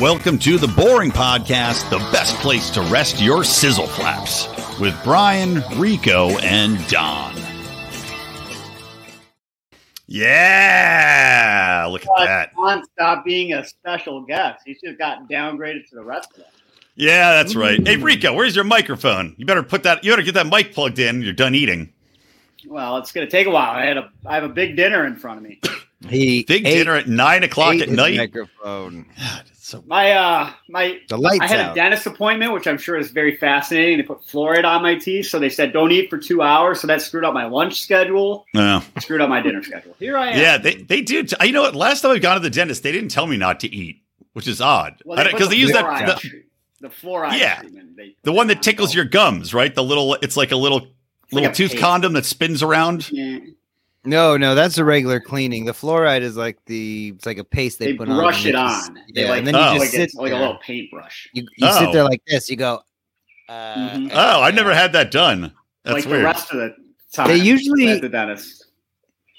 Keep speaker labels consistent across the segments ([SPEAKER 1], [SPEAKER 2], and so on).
[SPEAKER 1] Welcome to the Boring Podcast, the best place to rest your sizzle flaps with Brian, Rico, and Don. Yeah, look at that.
[SPEAKER 2] Don stopped being a special guest. He should have gotten downgraded to the rest of us.
[SPEAKER 1] Yeah, that's right. Hey, Rico, where's your microphone? You better put that. You better get that mic plugged in. You're done eating.
[SPEAKER 2] Well, it's going to take a while. I had a I have a big dinner in front of me.
[SPEAKER 3] He
[SPEAKER 1] Big
[SPEAKER 3] ate-
[SPEAKER 1] dinner at nine o'clock
[SPEAKER 3] ate
[SPEAKER 1] at
[SPEAKER 3] his
[SPEAKER 1] night.
[SPEAKER 3] Microphone.
[SPEAKER 1] God, it's so
[SPEAKER 2] My uh my
[SPEAKER 3] The lights
[SPEAKER 2] I had
[SPEAKER 3] out.
[SPEAKER 2] a dentist appointment, which I'm sure is very fascinating. They put fluoride on my teeth, so they said don't eat for two hours. So that screwed up my lunch schedule,
[SPEAKER 1] No.
[SPEAKER 2] screwed up my dinner schedule. Here I am.
[SPEAKER 1] Yeah, they they do. T- you know what? Last time I've gone to the dentist, they didn't tell me not to eat, which is odd.
[SPEAKER 2] Well,
[SPEAKER 1] I
[SPEAKER 2] they
[SPEAKER 1] don't- because
[SPEAKER 2] put
[SPEAKER 1] they use that
[SPEAKER 2] fluoride
[SPEAKER 1] the,
[SPEAKER 2] treat- the fluoride
[SPEAKER 1] Yeah.
[SPEAKER 2] treatment. They
[SPEAKER 1] the one that tickles your gums, right? The little it's like a little
[SPEAKER 2] like
[SPEAKER 1] little
[SPEAKER 2] a
[SPEAKER 1] tooth
[SPEAKER 2] paste.
[SPEAKER 1] condom that spins around.
[SPEAKER 2] Yeah.
[SPEAKER 3] No, no, that's a regular cleaning. The fluoride is like the it's like a paste they,
[SPEAKER 2] They
[SPEAKER 3] put on.
[SPEAKER 2] brush it
[SPEAKER 3] and they just-
[SPEAKER 2] on. They
[SPEAKER 3] Yeah,
[SPEAKER 2] like-
[SPEAKER 3] and then
[SPEAKER 1] Oh.
[SPEAKER 2] like
[SPEAKER 3] you just sit
[SPEAKER 2] it's like a
[SPEAKER 3] there.
[SPEAKER 2] little paintbrush.
[SPEAKER 3] You, you
[SPEAKER 1] Oh.
[SPEAKER 3] sit there like this. You go. Uh,
[SPEAKER 2] Mhm.
[SPEAKER 1] Oh, I've never had that done. That's
[SPEAKER 2] like the
[SPEAKER 1] weird.
[SPEAKER 2] rest of the time.
[SPEAKER 3] They usually-
[SPEAKER 2] at the dentist.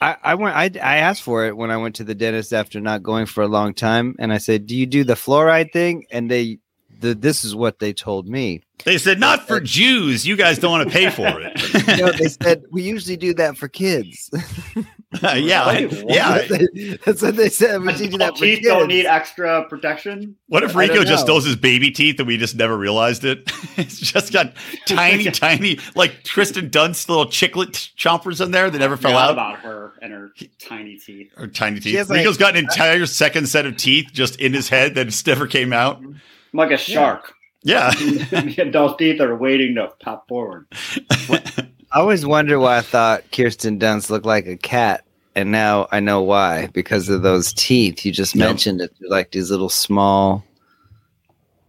[SPEAKER 3] I, I went. I, I asked for it when I went to the dentist after not going for a long time, and I said, "Do you do the fluoride thing?" And they, the, this is what they told me.
[SPEAKER 1] they said not for Jews. You guys don't want to pay for it.
[SPEAKER 3] No, they said we usually do that for kids.
[SPEAKER 1] yeah, I-
[SPEAKER 2] Wait, what?
[SPEAKER 1] Uh, yeah.
[SPEAKER 3] that's what they said. We should do that
[SPEAKER 2] Adult
[SPEAKER 3] for
[SPEAKER 2] teeth
[SPEAKER 3] kids.
[SPEAKER 2] don't need extra protection.
[SPEAKER 1] What if
[SPEAKER 3] I don't
[SPEAKER 1] Rico just
[SPEAKER 3] know.
[SPEAKER 1] does his baby teeth and we just never realized it? it's just got tiny, tiny, like Kristen Dunst little chiclet chompers in there that never fell
[SPEAKER 2] Forgot
[SPEAKER 1] out.
[SPEAKER 2] about her and her tiny teeth.
[SPEAKER 1] Or tiny
[SPEAKER 3] She
[SPEAKER 1] teeth.
[SPEAKER 3] has, like-
[SPEAKER 1] Rico's got an entire second set of teeth just in his head that just never came out.
[SPEAKER 2] I'm like a shark.
[SPEAKER 1] Yeah.
[SPEAKER 2] the adult teeth are waiting to pop forward.
[SPEAKER 3] I always wonder why I thought Kirsten Dunst looked like a cat, and now I know why because of those teeth you just
[SPEAKER 1] Yep.
[SPEAKER 3] mentioned. It They're like these little small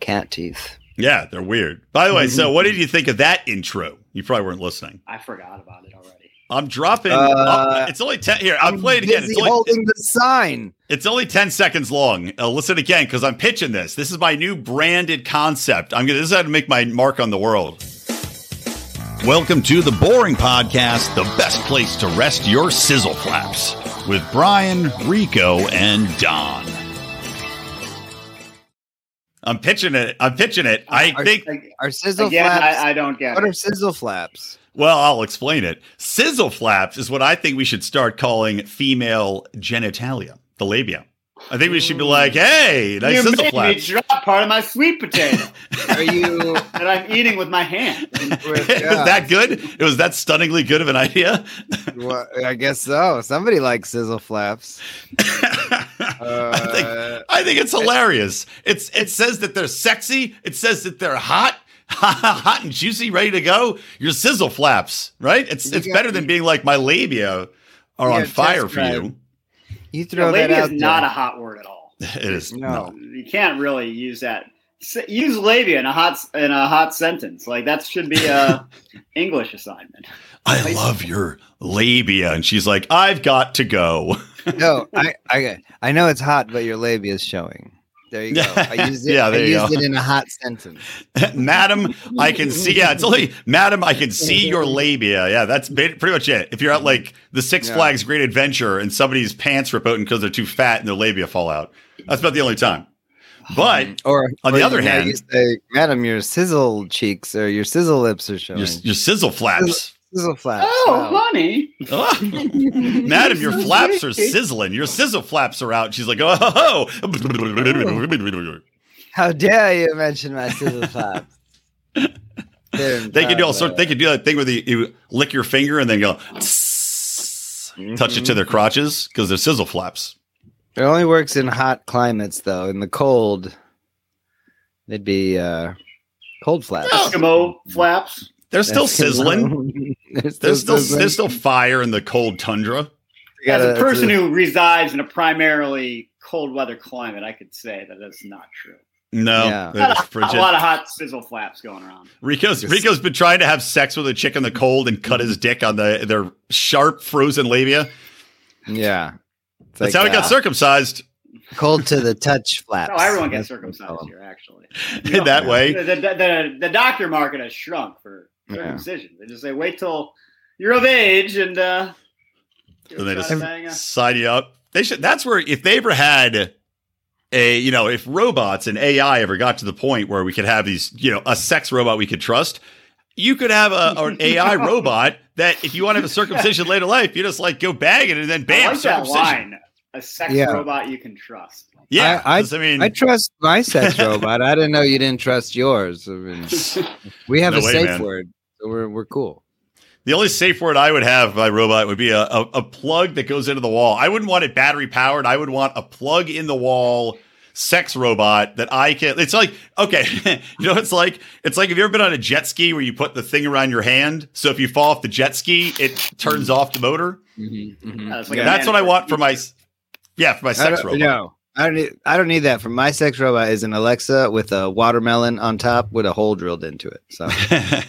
[SPEAKER 3] cat teeth.
[SPEAKER 1] Yeah, they're weird. By the way, so what did
[SPEAKER 3] Mm-hmm.
[SPEAKER 1] you think of that intro? You probably weren't listening.
[SPEAKER 2] I forgot about it already.
[SPEAKER 1] I'm dropping.
[SPEAKER 3] Uh,
[SPEAKER 1] it's only 10. Here, I'll play it again.
[SPEAKER 3] Busy
[SPEAKER 1] It's only,
[SPEAKER 3] holding the sign.
[SPEAKER 1] It's only 10 seconds long. Uh, listen again because I'm pitching this. This is my new branded concept. I'm going to, this is how to make my mark on the world. Welcome to The Boring Podcast, the best place to rest your sizzle flaps with Brian, Rico, and Don. I'm pitching it. I'm pitching it. I
[SPEAKER 3] Are-
[SPEAKER 1] think,
[SPEAKER 2] Like,
[SPEAKER 3] Our sizzle
[SPEAKER 2] again,
[SPEAKER 3] flaps.
[SPEAKER 2] I, I don't get
[SPEAKER 3] what
[SPEAKER 2] it.
[SPEAKER 3] are sizzle flaps?
[SPEAKER 1] well, I'll explain it. Sizzle flaps is what I think we should start calling female genitalia, the labia. I think we should be like, hey, nice
[SPEAKER 2] you
[SPEAKER 1] sizzle
[SPEAKER 2] made
[SPEAKER 1] flaps.
[SPEAKER 2] me drop part of my sweet potato
[SPEAKER 3] Are you?
[SPEAKER 2] that I'm eating with my hand.
[SPEAKER 1] it was that good? It was that stunningly good of an idea?
[SPEAKER 3] Well, I guess so. Somebody likes sizzle flaps. Uh,
[SPEAKER 1] I think it's hilarious. It's it says that they're sexy. It says that they're hot, hot and juicy, ready to go. Your sizzle flaps, right? It's
[SPEAKER 3] You
[SPEAKER 1] it's
[SPEAKER 3] got-
[SPEAKER 1] better than being like my labia are
[SPEAKER 3] Yeah,
[SPEAKER 1] on fire
[SPEAKER 3] test
[SPEAKER 1] for
[SPEAKER 3] drive.
[SPEAKER 1] you.
[SPEAKER 3] you throw
[SPEAKER 2] Yeah,
[SPEAKER 3] that
[SPEAKER 2] lady
[SPEAKER 3] out.
[SPEAKER 2] is not a
[SPEAKER 3] there.
[SPEAKER 2] hot word at all.
[SPEAKER 1] It is
[SPEAKER 3] no.
[SPEAKER 2] You can't really use that. S- Use labia in a hot s- in a hot sentence. Like that should be a English assignment.
[SPEAKER 1] I love your labia, and she's like, I've got to go.
[SPEAKER 3] no, I, I I know it's hot, but your labia is showing. There you go. I used it.
[SPEAKER 1] Yeah,
[SPEAKER 3] I
[SPEAKER 1] there you
[SPEAKER 3] used
[SPEAKER 1] go.
[SPEAKER 3] it in a hot sentence.
[SPEAKER 1] Madam, I can see. Yeah, it's only, Madam, I can see your labia. Yeah, that's ba- pretty much it. If you're at like the Six
[SPEAKER 3] Yeah.
[SPEAKER 1] Flags Great Adventure and somebody's pants rip open because they're too fat and their labia fall out, that's about the only time. But
[SPEAKER 3] Um, Or
[SPEAKER 1] On the
[SPEAKER 3] or
[SPEAKER 1] other
[SPEAKER 3] you know,
[SPEAKER 1] hand-
[SPEAKER 3] you say, Madam, your sizzle cheeks or your sizzle lips are showing.
[SPEAKER 1] your, your sizzle flaps.
[SPEAKER 3] sizzle flaps.
[SPEAKER 2] Oh,
[SPEAKER 3] wow.
[SPEAKER 2] honey.
[SPEAKER 1] Ah. Madam, your
[SPEAKER 2] So
[SPEAKER 1] flaps are
[SPEAKER 2] sexy.
[SPEAKER 1] sizzling. Your sizzle flaps are out. She's like, oh, ho, ho.
[SPEAKER 3] How dare you mention my sizzle flaps?
[SPEAKER 1] they can do all sorts. They can do that thing where they, you lick your finger and then go, tss,
[SPEAKER 3] Mm-hmm.
[SPEAKER 1] touch it to their crotches because they're sizzle flaps.
[SPEAKER 3] It only works in hot climates, though. In the cold, they'd be uh, cold flaps.
[SPEAKER 2] Eskimo flaps.
[SPEAKER 1] They're Oh, still
[SPEAKER 3] Eskimo.
[SPEAKER 1] sizzling.
[SPEAKER 3] They're still
[SPEAKER 1] There's still
[SPEAKER 3] sizzling.
[SPEAKER 1] there's still fire in the cold tundra.
[SPEAKER 3] You gotta-
[SPEAKER 2] As a person who resides in a primarily cold weather climate, I could say that that's not true.
[SPEAKER 1] No,
[SPEAKER 3] Yeah.
[SPEAKER 1] there's
[SPEAKER 2] A
[SPEAKER 1] frigid.
[SPEAKER 2] lot of hot sizzle flaps going around.
[SPEAKER 1] Rico's Rico's been trying to have sex with a chick in the cold and cut his dick on the their sharp frozen labia.
[SPEAKER 3] yeah, It's
[SPEAKER 1] That's
[SPEAKER 3] like,
[SPEAKER 1] how he got
[SPEAKER 3] uh,
[SPEAKER 1] circumcised
[SPEAKER 3] Cold to the touch flaps.
[SPEAKER 2] No, Oh, everyone gets
[SPEAKER 3] That's what we call
[SPEAKER 2] circumcised
[SPEAKER 3] them.
[SPEAKER 2] here, actually.
[SPEAKER 1] in that way.
[SPEAKER 2] The, the, the, the doctor market has shrunk for
[SPEAKER 3] Yeah.
[SPEAKER 2] circumcision. They just say, wait till you're of age and. Uh,
[SPEAKER 1] And they
[SPEAKER 2] you're
[SPEAKER 1] just
[SPEAKER 2] trying to bang a-
[SPEAKER 1] sign you up. They should. That's where if they ever had a you know if robots and AI ever got to the point where we could have these you know a sex robot we could trust, you could have a, an AI robot that if you want to have a circumcision later in life, you just like go bag it and then
[SPEAKER 2] I
[SPEAKER 1] bam
[SPEAKER 2] like that
[SPEAKER 1] circumcision.
[SPEAKER 2] line. A sex
[SPEAKER 3] Yeah.
[SPEAKER 2] robot you can trust.
[SPEAKER 1] Yeah,
[SPEAKER 3] I-
[SPEAKER 1] 'cause, I, mean,
[SPEAKER 3] I trust my sex robot. I didn't know you didn't trust yours. I mean, we have
[SPEAKER 1] No
[SPEAKER 3] a
[SPEAKER 1] way,
[SPEAKER 3] safe
[SPEAKER 1] man.
[SPEAKER 3] word, so we're we're cool.
[SPEAKER 1] the only safe word I would have by robot would be a, a, a plug that goes into the wall. I wouldn't want it battery powered. I would want a plug in the wall sex robot that I can. It's like okay, you know, what it's like it's like have you ever been on a jet ski where you put the thing around your hand, so if you fall off the jet ski, it turns off the motor.
[SPEAKER 3] Mm-hmm,
[SPEAKER 2] Uh, it's like
[SPEAKER 3] Yeah.
[SPEAKER 2] a
[SPEAKER 1] That's what I
[SPEAKER 2] manager.
[SPEAKER 1] want for my yeah for my
[SPEAKER 3] I
[SPEAKER 1] sex
[SPEAKER 3] don't-
[SPEAKER 1] robot.
[SPEAKER 3] No, I don't need. I don't need that. For my sex robot is an Alexa with a watermelon on top with a hole drilled into it. So uh,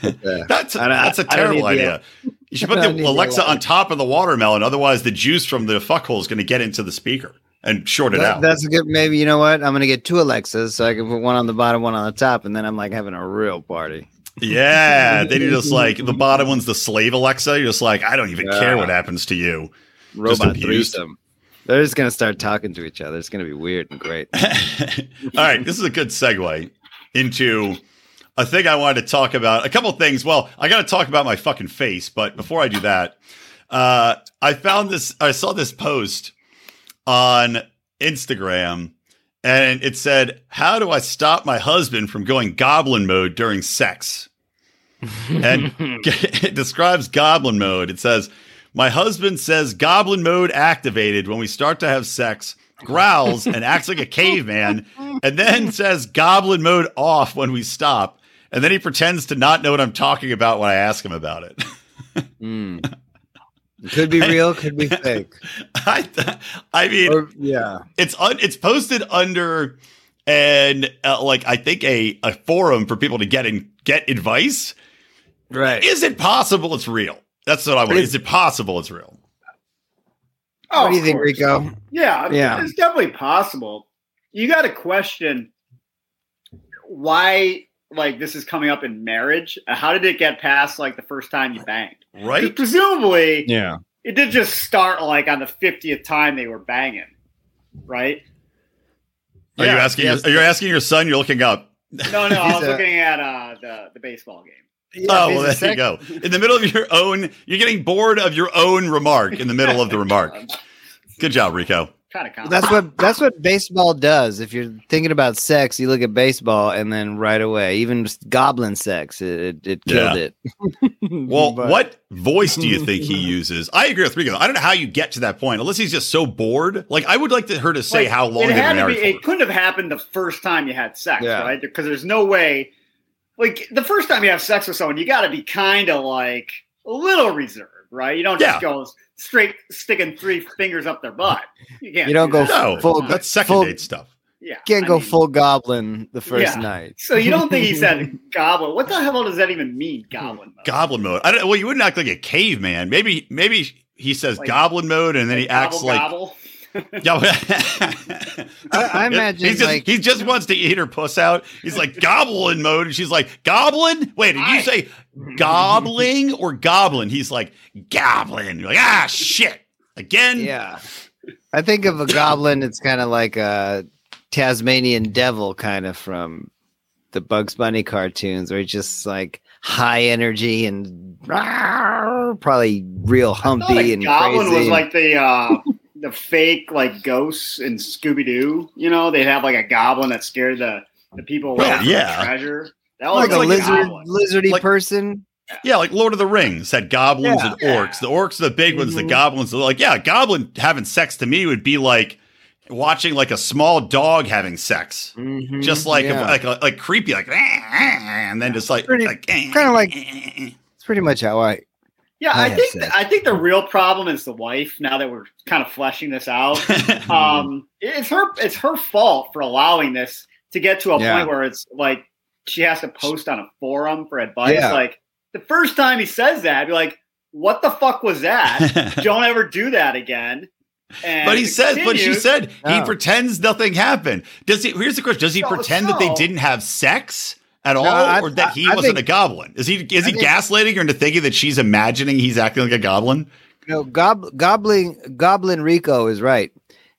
[SPEAKER 1] that's
[SPEAKER 3] I don't-
[SPEAKER 1] that's a
[SPEAKER 3] I don't
[SPEAKER 1] terrible
[SPEAKER 3] need the- uh,
[SPEAKER 1] idea. You should put
[SPEAKER 3] I
[SPEAKER 1] the
[SPEAKER 3] don't need the
[SPEAKER 1] Alexa on
[SPEAKER 3] Alexa.
[SPEAKER 1] top of the watermelon, otherwise the juice from the fuckhole is going to get into the speaker and short it
[SPEAKER 3] that-
[SPEAKER 1] out.
[SPEAKER 3] that's a good. Maybe you know what? I'm gonna get two Alexas so I can put one on the bottom, one on the top, and then I'm like having a real party.
[SPEAKER 1] Yeah, then you just like the bottom one's the slave Alexa. You're just like, I don't even care
[SPEAKER 3] Yeah.
[SPEAKER 1] what happens to you. Just
[SPEAKER 3] Robot
[SPEAKER 1] abused.
[SPEAKER 3] threesome. They're just gonna start talking to each other. It's gonna be weird and great.
[SPEAKER 1] All right, this is a good segue into a thing I wanted to talk about. A couple things. Well, I got to talk about my fucking face, but before I do that, uh, I found this. I saw this post on Instagram, and it said, "How do I stop my husband from going goblin mode during sex?" And it describes goblin mode. It says, My husband says goblin mode activated when we start to have sex, growls and acts like a caveman, and then says goblin mode off when we stop. And then he pretends to not know what I'm talking about when I ask him about it.
[SPEAKER 2] Hmm.
[SPEAKER 3] Mm. Could be real. Could be fake.
[SPEAKER 1] I, I mean,
[SPEAKER 3] Or- yeah.
[SPEAKER 1] it's un- it's posted under and uh, like I think a, a forum for people to get in get advice.
[SPEAKER 3] Right.
[SPEAKER 1] Is it possible it's real? That's what I want. Is it possible it's real?
[SPEAKER 2] Oh,
[SPEAKER 3] what do you
[SPEAKER 2] of
[SPEAKER 3] think,
[SPEAKER 2] course.
[SPEAKER 3] Rico?
[SPEAKER 2] Yeah, I-
[SPEAKER 3] Yeah.
[SPEAKER 2] it's definitely possible. You got to question why, like, this is coming up in marriage. How did it get past like the first time you banged? 'Cause
[SPEAKER 1] Right?
[SPEAKER 2] Presumably,
[SPEAKER 3] Yeah.
[SPEAKER 2] it did just start like on the fiftieth time they were banging, right?
[SPEAKER 1] Are you
[SPEAKER 3] Yeah,
[SPEAKER 1] asking?
[SPEAKER 3] yes.
[SPEAKER 1] Are you asking your son? You're looking up.
[SPEAKER 2] No, no, I
[SPEAKER 3] He's
[SPEAKER 2] was
[SPEAKER 3] a-
[SPEAKER 2] looking at uh, the the baseball game.
[SPEAKER 1] oh, well, there you go. In the middle of your own, you're getting bored of your own remark in the middle of the remark.
[SPEAKER 3] Oh,
[SPEAKER 1] Good job, Rico.
[SPEAKER 2] Kind of common.
[SPEAKER 3] That's what that's what baseball does. If you're thinking about sex, you look at baseball, and then right away, even just goblin sex, it it, it killed it.
[SPEAKER 1] Well,
[SPEAKER 3] But-
[SPEAKER 1] what voice do you think he uses? I agree with Rico. I don't know how you get to that point unless he's just so bored. Like I would like to her to say
[SPEAKER 2] Like,
[SPEAKER 1] how long
[SPEAKER 2] it
[SPEAKER 1] they've
[SPEAKER 2] had
[SPEAKER 1] been
[SPEAKER 2] to be.
[SPEAKER 1] married
[SPEAKER 2] It
[SPEAKER 1] for.
[SPEAKER 2] couldn't have happened the first time you had sex,
[SPEAKER 3] Yeah.
[SPEAKER 2] right? Because there's no way. Like the first time you have sex with someone, you got to be kind of like a little reserved, right? You don't just go straight sticking three fingers up their butt. You can't.
[SPEAKER 3] You don't
[SPEAKER 2] do
[SPEAKER 3] go
[SPEAKER 2] that. Uh-huh.
[SPEAKER 1] No,
[SPEAKER 3] full-
[SPEAKER 1] that's second
[SPEAKER 3] full-
[SPEAKER 1] date stuff.
[SPEAKER 2] Yeah,
[SPEAKER 3] can't
[SPEAKER 2] I
[SPEAKER 3] go
[SPEAKER 2] mean,
[SPEAKER 3] full goblin the first
[SPEAKER 2] Yeah.
[SPEAKER 3] night.
[SPEAKER 2] So you don't think he said goblin? What the hell does that even mean, goblin? Mode?
[SPEAKER 1] Goblin mode. I don't. Well, you wouldn't act like a caveman. Maybe maybe he says
[SPEAKER 2] Like-
[SPEAKER 1] goblin mode and then he acts
[SPEAKER 2] Gobble,
[SPEAKER 1] like
[SPEAKER 2] gobble?
[SPEAKER 1] Yeah, well-
[SPEAKER 3] I- I imagine,
[SPEAKER 1] he's just,
[SPEAKER 3] like-
[SPEAKER 1] he just wants to eat her puss out. He's like goblin mode, and she's like goblin. Wait, did you
[SPEAKER 2] Hi.
[SPEAKER 1] say gobbling or goblin? He's like goblin. You're like ah shit again.
[SPEAKER 3] Yeah, I think of a goblin. It's kind of like a Tasmanian devil, kind of from the Bugs Bunny cartoons, where he's just like high energy and rawr, probably real
[SPEAKER 2] I thought,
[SPEAKER 3] humpy
[SPEAKER 2] like,
[SPEAKER 3] and
[SPEAKER 2] goblin
[SPEAKER 3] crazy.
[SPEAKER 2] was like the uh, the fake like ghosts in Scooby Doo. You know, they'd have like a goblin that scared the the people away
[SPEAKER 1] Well,
[SPEAKER 2] from the
[SPEAKER 1] yeah.
[SPEAKER 2] treasure. That was
[SPEAKER 3] like, a
[SPEAKER 1] like a
[SPEAKER 3] lizard,
[SPEAKER 2] goblin.
[SPEAKER 3] lizardy
[SPEAKER 1] Like-
[SPEAKER 3] person.
[SPEAKER 1] yeah, like Lord of the Rings had goblins
[SPEAKER 3] Yeah. Mm-hmm.
[SPEAKER 1] and orcs. The orcs are the big ones. The goblins are like yeah, a goblin having sex to me would be like watching like a small dog having sex. Just like
[SPEAKER 3] Mm-hmm. Yeah.
[SPEAKER 1] like like, like creepy, like "Ah, ah," and then just like,
[SPEAKER 3] Pretty-
[SPEAKER 1] like
[SPEAKER 3] kinda like- it's pretty much how I.
[SPEAKER 2] Yeah,
[SPEAKER 3] I
[SPEAKER 2] I
[SPEAKER 3] have
[SPEAKER 2] think
[SPEAKER 3] sex.
[SPEAKER 2] I think the real problem is the wife. Now that we're kind of fleshing this out,
[SPEAKER 3] Hmm.
[SPEAKER 2] um, it's her it's her fault for allowing this to get to a
[SPEAKER 3] Yeah.
[SPEAKER 2] point where it's like she has to post on a forum for advice.
[SPEAKER 3] Yeah.
[SPEAKER 2] Like the first time he says that, I'd be like, "What the fuck was that?" don't ever do that again. And
[SPEAKER 1] But he
[SPEAKER 2] it
[SPEAKER 1] says, but she
[SPEAKER 2] continues.
[SPEAKER 1] said he
[SPEAKER 3] Yeah.
[SPEAKER 1] pretends nothing happened. Does he? Here's the question: Does he
[SPEAKER 2] So-
[SPEAKER 1] pretend that they
[SPEAKER 2] so-
[SPEAKER 1] didn't have sex at all,
[SPEAKER 3] I-
[SPEAKER 1] or that he
[SPEAKER 3] I- I
[SPEAKER 1] wasn't a
[SPEAKER 3] think-
[SPEAKER 1] goblin? Is he? Is
[SPEAKER 3] I
[SPEAKER 1] he
[SPEAKER 3] think-
[SPEAKER 1] gaslighting her into thinking that she's imagining he's acting like a goblin?
[SPEAKER 3] No, gob, goblin goblin Rico is right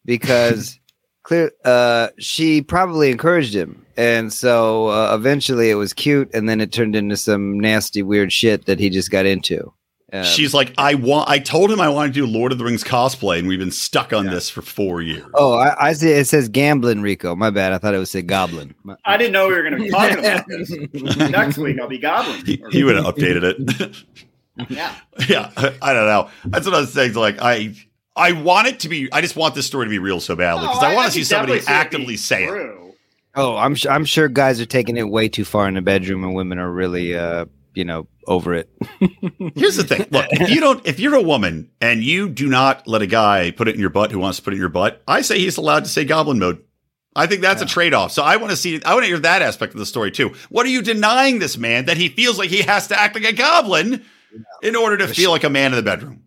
[SPEAKER 3] because clear uh she probably encouraged him and so uh, eventually it was cute and then it turned into some nasty weird shit that he just got into
[SPEAKER 1] um, she's like i want i told him i wanted to do lord of the rings cosplay and we've been stuck on yeah. this for four years
[SPEAKER 3] oh I, I, see it says gambling rico my bad i thought it was a goblin my-
[SPEAKER 2] i didn't know we were going to be talking about this next week i'll be goblin
[SPEAKER 1] he, he would have updated it yeah yeah I, I don't know that's what i was saying like i I want it to be. I just want this story to be real so badly because no, Oh, I, I want to see somebody see actively say it.
[SPEAKER 3] Oh, I'm sure. I'm sure guys are taking it way too far in the bedroom, and women are really, uh, you know, over it.
[SPEAKER 1] Here's the thing: look, if you don't, if you're a woman and you do not let a guy put it in your butt who wants to put it in your butt, I say he's allowed to say goblin mode. I think that's yeah. a trade off. So I want to see. I want to hear that aspect of the story too. What are you denying this man that he feels like he has to act like a goblin yeah. in order to For feel sure. like a man in the bedroom?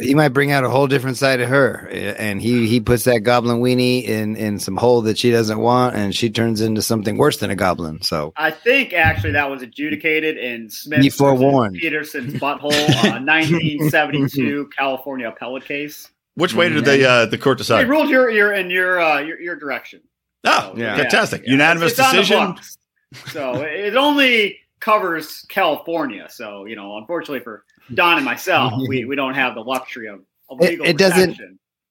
[SPEAKER 3] he might bring out a whole different side of her and he he puts that goblin weenie in in some hole that she doesn't want and she turns into something worse than a goblin so
[SPEAKER 2] i think actually that was adjudicated in smith
[SPEAKER 3] you forewarned
[SPEAKER 2] peterson's butthole uh, 1972 california appellate case
[SPEAKER 1] which way did the uh, the court decide
[SPEAKER 2] they ruled your your in your uh, your, your, direction
[SPEAKER 1] oh so, yeah. fantastic yeah. unanimous it's, it's decision
[SPEAKER 2] so it only covers california so you know unfortunately for Don and myself, we, we don't have the luxury of, of legal
[SPEAKER 3] it, it
[SPEAKER 2] doesn't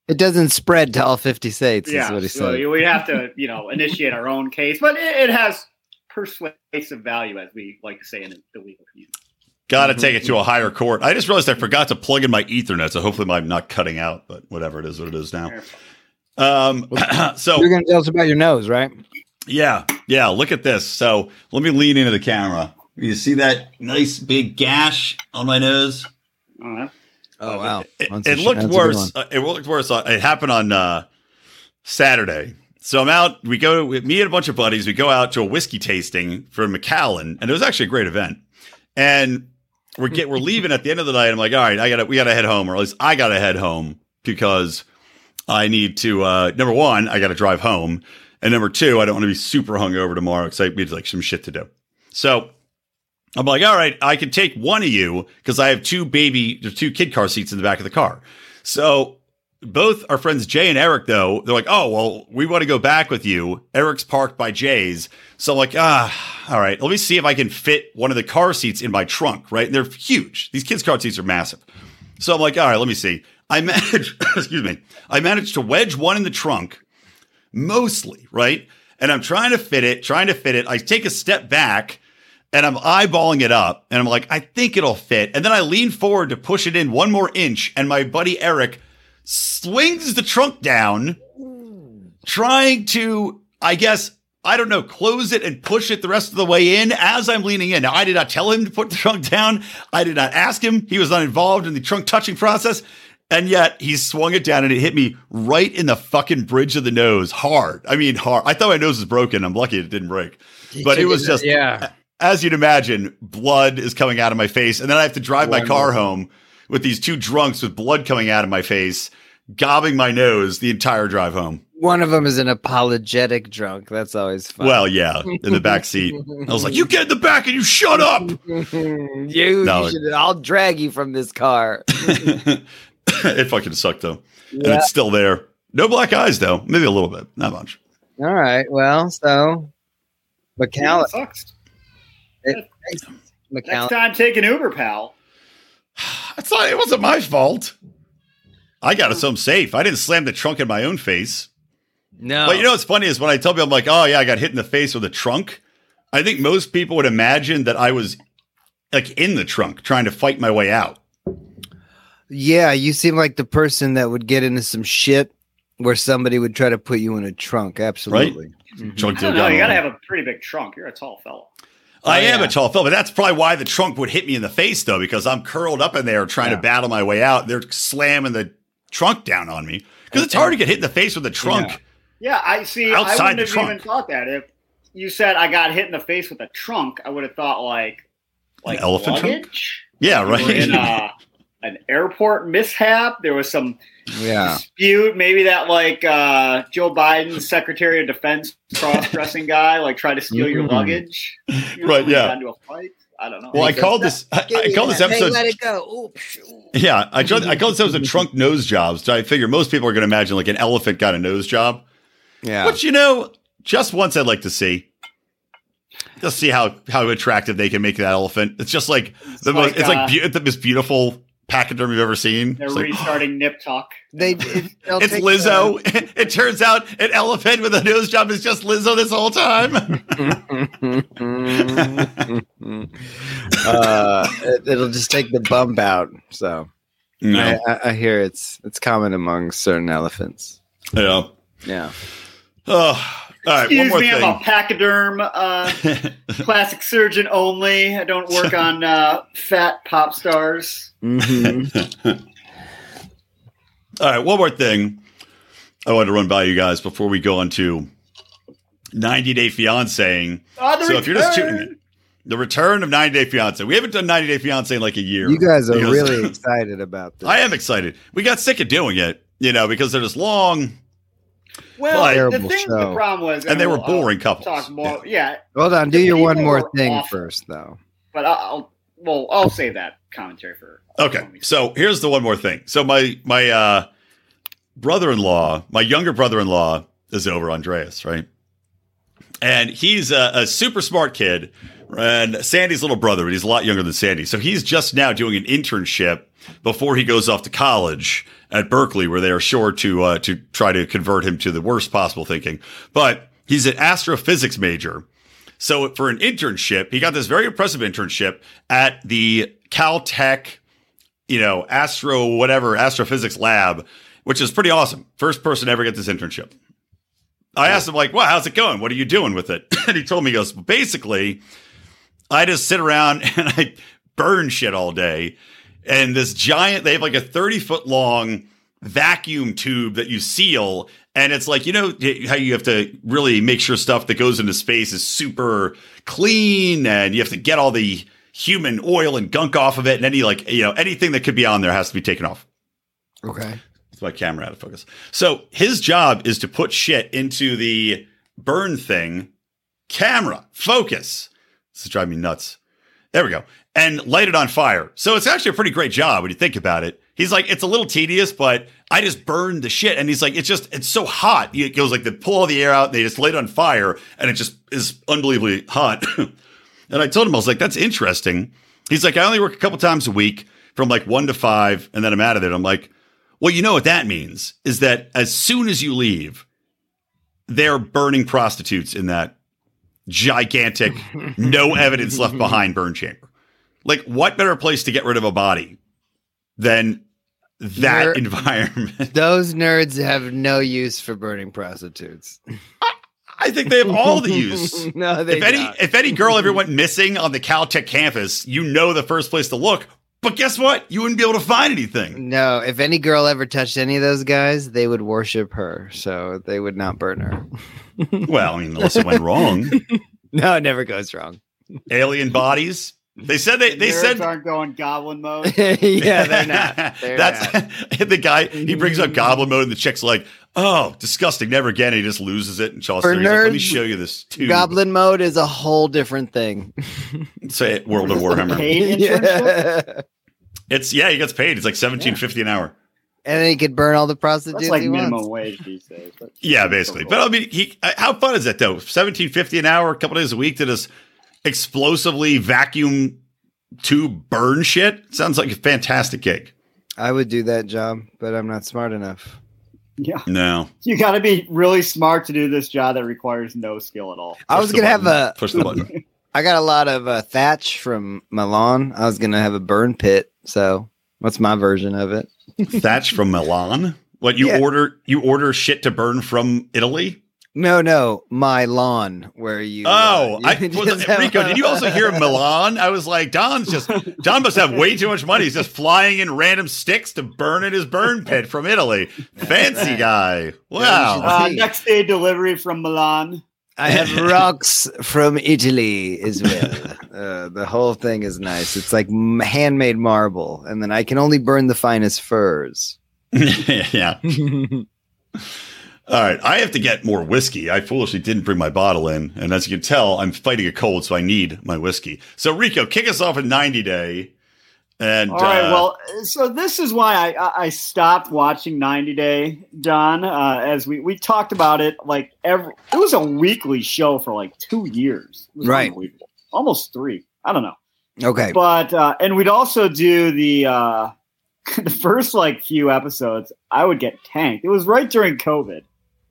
[SPEAKER 3] it doesn't spread to all 50 states yeah,
[SPEAKER 2] so we have to you know initiate our own case but it, it, has persuasive value as we like to say in the legal community
[SPEAKER 1] gotta take it to a higher court i just realized i forgot to plug in my ethernet so hopefully i'm not cutting out but whatever it is what it is now um so
[SPEAKER 3] you're gonna tell us about your nose right
[SPEAKER 1] yeah yeah look at this so let me lean into the camera you see that nice big gash on my nose?
[SPEAKER 3] Oh wow!
[SPEAKER 1] Uh, It, it, it looked worse. Uh, it looked worse. On, it happened on uh, Saturday. So I'm out. We go. Me and a bunch of buddies. We go out to a whiskey tasting for McAllen, and it was actually a great event. And we're get we're leaving at the end of the night. I'm like, all right, I gotta we gotta head home, or at least I gotta head home because I need to. Uh, number one, I gotta drive home, and number two, I don't want to be super hungover tomorrow because I need like some shit to do. So I'm like, all right, I can take one of you because I have two baby, two kid car seats in the back of the car. So both our friends Jay and Eric, though, they're like, oh, well, we want to go back with you. Eric's parked by Jay's. So I'm like, ah, all right, let me see if I can fit one of the car seats in my trunk, right? And they're huge. These kids' car seats are massive. So I'm like, all right, let me see. I managed, excuse me, I managed to wedge one in the trunk mostly, right? And I'm trying to fit it, trying to fit it. I take a step back and I'm eyeballing it up and I'm like, I think it'll fit. And then I lean forward to push it in one more inch, and my buddy Eric swings the trunk down, trying to, I guess, I don't know, close it and push it the rest of the way in as I'm leaning in. Now, I did not tell him to put the trunk down. I did not ask him. He was not involved in the trunk touching process. And yet he swung it down and it hit me right in the fucking bridge of the nose hard. I mean, hard. I thought my nose was broken. I'm lucky it didn't break, but it was just,
[SPEAKER 3] yeah
[SPEAKER 1] as you'd imagine, blood is coming out of my face. And then I have to drive One my car more. home with these two drunks with blood coming out of my face, gobbing my nose the entire drive home.
[SPEAKER 3] One of them is an apologetic drunk. That's always fun.
[SPEAKER 1] Well, yeah, in the back seat. I was like, "You get in the back and you shut up."
[SPEAKER 3] you, no, you should, I'll drag you from this car.
[SPEAKER 1] it fucking sucked though, yeah. and it's still there. No black eyes though. Maybe a little bit, not much.
[SPEAKER 3] All right. Well, so McAllen
[SPEAKER 2] sucks. It, Next time, take an Uber, pal.
[SPEAKER 1] That's not. It wasn't my fault. I got us home safe. I didn't slam the trunk in my own face.
[SPEAKER 3] No,
[SPEAKER 1] but you know what's funny is when I tell people I'm like, oh yeah, I got hit in the face with a trunk. I think most people would imagine that I was like in the trunk trying to fight my way out.
[SPEAKER 3] Yeah, you seem like the person that would get into some shit where somebody would try to put you in a trunk. Absolutely.
[SPEAKER 2] Right? Mm-hmm. Trunk I know, You got to have a pretty big trunk. You're a tall fellow.
[SPEAKER 1] I oh, am yeah. a tall fellow, but that's probably why the trunk would hit me in the face, though, because I'm curled up in there trying yeah. to battle my way out. They're slamming the trunk down on me because it's hard to get hit in the face with a trunk.
[SPEAKER 2] Yeah, yeah I see. I wouldn't have trunk. even thought that. If you said I got hit in the face with a trunk, I would have thought like like
[SPEAKER 1] an elephant luggage? trunk. Yeah, right.
[SPEAKER 2] In, uh, an airport mishap. There was some
[SPEAKER 3] yeah.
[SPEAKER 2] dispute. Maybe that like uh, Joe Biden's Secretary of Defense cross-dressing guy like tried to steal mm-hmm. your luggage.
[SPEAKER 1] You know, right? Yeah.
[SPEAKER 2] Into a fight. I don't know.
[SPEAKER 1] Well, I called this. I, I called this that. episode. Hey, let it go. Oops. Yeah, I tried, I called this episode "Trunk Nose Jobs." So I figure most people are going to imagine like an elephant got a nose job. Yeah. Which you know, just once I'd like to see. Just see how how attractive they can make that elephant. It's just like
[SPEAKER 2] It's
[SPEAKER 1] the most.
[SPEAKER 2] like,
[SPEAKER 1] It's
[SPEAKER 2] uh,
[SPEAKER 1] like be- the most beautiful pachyderm you've ever seen.
[SPEAKER 2] They're
[SPEAKER 1] It's like,
[SPEAKER 2] restarting Nip Tuck.
[SPEAKER 3] They it, they'll
[SPEAKER 1] it's
[SPEAKER 3] take
[SPEAKER 1] Lizzo. it turns out an elephant with a nose job is just Lizzo this whole time.
[SPEAKER 3] the- uh, it, it'll just take the bump out. So I, I, I hear it's it's common among certain elephants.
[SPEAKER 1] Yeah.
[SPEAKER 3] Yeah.
[SPEAKER 1] Oh, all right.
[SPEAKER 2] Excuse
[SPEAKER 1] one more
[SPEAKER 2] me,
[SPEAKER 1] thing.
[SPEAKER 2] I'm a pachyderm, uh, plastic surgeon only. I don't work on uh, fat pop stars.
[SPEAKER 3] Mhm.
[SPEAKER 1] All right, one more thing I wanted to run by you guys before we go on to 90 Day Fiancé.
[SPEAKER 2] Oh, the
[SPEAKER 1] So if you're just
[SPEAKER 2] return.
[SPEAKER 1] tuning in, the return of 90 Day Fiancé. We haven't done 90 Day Fiancé in like a year.
[SPEAKER 3] You guys are
[SPEAKER 1] Because-
[SPEAKER 3] really excited about this.
[SPEAKER 1] I am excited. We got sick of doing it, you know, because they're just long
[SPEAKER 2] Well,
[SPEAKER 1] Like-
[SPEAKER 2] the
[SPEAKER 3] Terrible
[SPEAKER 2] thing,
[SPEAKER 3] show.
[SPEAKER 2] the problem was,
[SPEAKER 1] and they were
[SPEAKER 2] we'll, uh,
[SPEAKER 1] boring couples.
[SPEAKER 2] Talk more, yeah.
[SPEAKER 3] Hold on, do
[SPEAKER 2] The
[SPEAKER 3] your one
[SPEAKER 2] people
[SPEAKER 3] more
[SPEAKER 2] were
[SPEAKER 3] thing
[SPEAKER 2] awful.
[SPEAKER 3] first, though.
[SPEAKER 2] But I'll, I'll well, I'll save that commentary for.
[SPEAKER 1] Okay. So here's the one more thing. So my my uh brother-in-law, my younger brother-in-law is over Andreas, right? And he's a, a super smart kid and Sandy's little brother, but he's a lot younger than Sandy. So he's just now doing an internship before he goes off to college at Berkeley, where they are sure to uh, to try to convert him to the worst possible thinking. But he's an astrophysics major. So for an internship, he got this very impressive internship at the Caltech you know, astro whatever astrophysics lab, which is pretty awesome. First person to ever get this internship. I asked him like, "Wow, how's it going? What are you doing with it?" and he told me, he "Goes basically, I just sit around and I burn shit all day." And this giant, they have like a thirty foot long vacuum tube that you seal, and it's like you know how you have to really make sure stuff that goes into space is super clean, and you have to get all the human oil and gunk off of it, and any like you know anything that could be on there has to be taken off.
[SPEAKER 3] Okay.
[SPEAKER 1] It's my camera out of focus. So his job is to put shit into the burn thing, camera, focus. This is driving me nuts. There we go. And light it on fire. So it's actually a pretty great job when you think about it. He's like, it's a little tedious, but I just burned the shit. And he's like, it's just, it's so hot. It goes like they pull all the air out, they just light it on fire, and it just is unbelievably hot. and I told him, I was like, that's interesting. He's like, I only work a couple times a week from like one to five, and then I'm out of there. I'm like, well, you know what that means is that as soon as you leave, they're burning prostitutes in that gigantic, no evidence left behind burn chamber. Like, what better place to get rid of a body than that
[SPEAKER 3] You're-
[SPEAKER 1] environment?
[SPEAKER 3] Those nerds have no use for burning prostitutes.
[SPEAKER 1] I think they have all the use.
[SPEAKER 3] no, they
[SPEAKER 1] if any
[SPEAKER 3] don't.
[SPEAKER 1] if any girl ever went missing on the Caltech campus, you know the first place to look. But guess what? You wouldn't be able to find anything.
[SPEAKER 3] No, if any girl ever touched any of those guys, they would worship her, so they would not burn her.
[SPEAKER 1] Well, I mean, unless it went wrong.
[SPEAKER 3] No, it never goes wrong.
[SPEAKER 1] Alien bodies. They said they they
[SPEAKER 2] Nerds
[SPEAKER 1] said
[SPEAKER 2] aren't going goblin mode.
[SPEAKER 3] yeah, they're not. They're
[SPEAKER 1] That's
[SPEAKER 3] not. Mm-hmm.
[SPEAKER 1] the guy. He brings up goblin mode, and the chick's like, "Oh, disgusting! Never again." And he just loses it. And Chaucer,
[SPEAKER 3] For
[SPEAKER 1] he's like, "Let me
[SPEAKER 3] nerds,
[SPEAKER 1] show you this tube."
[SPEAKER 3] Goblin mode is a whole different thing.
[SPEAKER 1] Say it, World of Warhammer.
[SPEAKER 2] Paid internship?
[SPEAKER 3] Yeah.
[SPEAKER 1] It's yeah, he gets paid. It's like seventeen fifty an hour.
[SPEAKER 3] And then he could burn all the prostitutes
[SPEAKER 2] That's like
[SPEAKER 3] he
[SPEAKER 2] minimum
[SPEAKER 3] wants.
[SPEAKER 2] wage these days. but-
[SPEAKER 1] Yeah, basically. But I mean, he uh, how fun is that though? Seventeen fifty an hour, a couple days a week to just explosively vacuum tube burn shit. Sounds like a fantastic gig.
[SPEAKER 3] I would do that job, but I'm not smart enough.
[SPEAKER 2] yeah,
[SPEAKER 1] No,
[SPEAKER 2] you got to be really smart to do this job that requires no skill at all.
[SPEAKER 3] I
[SPEAKER 1] Push
[SPEAKER 3] was
[SPEAKER 1] the
[SPEAKER 3] gonna have
[SPEAKER 1] button.
[SPEAKER 3] a.
[SPEAKER 1] push the button.
[SPEAKER 3] I got a lot of uh, thatch from my lawn. I was gonna have a burn pit. So what's my version of it?
[SPEAKER 1] Thatch from Milan. What you
[SPEAKER 3] Yeah.
[SPEAKER 1] order? You order shit to burn from Italy.
[SPEAKER 3] No, no, my lawn where you.
[SPEAKER 1] Oh,
[SPEAKER 3] uh,
[SPEAKER 1] I,
[SPEAKER 3] you
[SPEAKER 1] was,
[SPEAKER 3] just have
[SPEAKER 1] Rico,
[SPEAKER 3] a-
[SPEAKER 1] did you also hear Milan? I was like, Don's just Don must have way too much money. He's just flying in random sticks to burn in his burn pit from Italy. Fancy
[SPEAKER 3] right.
[SPEAKER 1] guy.
[SPEAKER 3] Yeah,
[SPEAKER 1] Wow.
[SPEAKER 3] you
[SPEAKER 2] Uh,
[SPEAKER 3] see.
[SPEAKER 2] next day delivery from Milan.
[SPEAKER 3] I have rocks from Italy as well. Uh, the whole thing is nice. It's like m- handmade marble, and then I can only burn the finest furs.
[SPEAKER 1] yeah. All right. I have to get more whiskey. I foolishly didn't bring my bottle in. And as you can tell, I'm fighting a cold, so I need my whiskey. So Rico, kick us off in 90 day. And
[SPEAKER 2] All right.
[SPEAKER 1] uh,
[SPEAKER 2] well, so this is why I- I, I stopped watching 90 Day, John. Uh, as we, we talked about it, like every it was a weekly show for like two years. It was
[SPEAKER 3] Right.
[SPEAKER 2] unbelievable. Almost three. I don't know.
[SPEAKER 3] Okay.
[SPEAKER 2] But uh, and we'd also do the uh, the first like few episodes. I would get tanked. It was right during COVID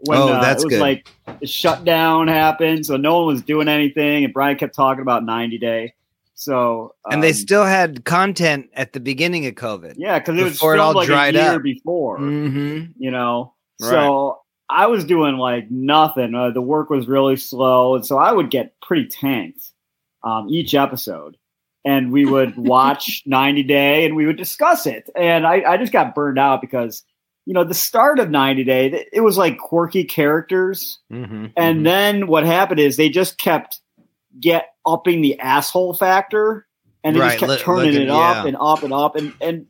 [SPEAKER 2] when
[SPEAKER 3] Oh,
[SPEAKER 2] uh,
[SPEAKER 3] that's
[SPEAKER 2] it was
[SPEAKER 3] good.
[SPEAKER 2] like the shutdown happened, so no one was doing anything, and Brian kept talking about 90 Day. So
[SPEAKER 3] And they
[SPEAKER 2] um,
[SPEAKER 3] still had content at the beginning of COVID.
[SPEAKER 2] yeah, because it was
[SPEAKER 3] Before it
[SPEAKER 2] filmed
[SPEAKER 3] all
[SPEAKER 2] like
[SPEAKER 3] dried
[SPEAKER 2] a year
[SPEAKER 3] up.
[SPEAKER 2] before,
[SPEAKER 3] Mm-hmm.
[SPEAKER 2] you know.
[SPEAKER 3] Right.
[SPEAKER 2] So I was doing like nothing. Uh, the work was really slow, and so I would get pretty tanked um, each episode. And we would watch 90 Day, and we would discuss it. And I, I just got burned out because you know the start of 90 Day, th- it was like quirky characters,
[SPEAKER 3] Mm-hmm.
[SPEAKER 2] and then what happened is they just kept get upping the asshole factor and they
[SPEAKER 3] Right,
[SPEAKER 2] just kept
[SPEAKER 3] li-
[SPEAKER 2] turning
[SPEAKER 3] looking-
[SPEAKER 2] it up
[SPEAKER 3] yeah.
[SPEAKER 2] and up and up and and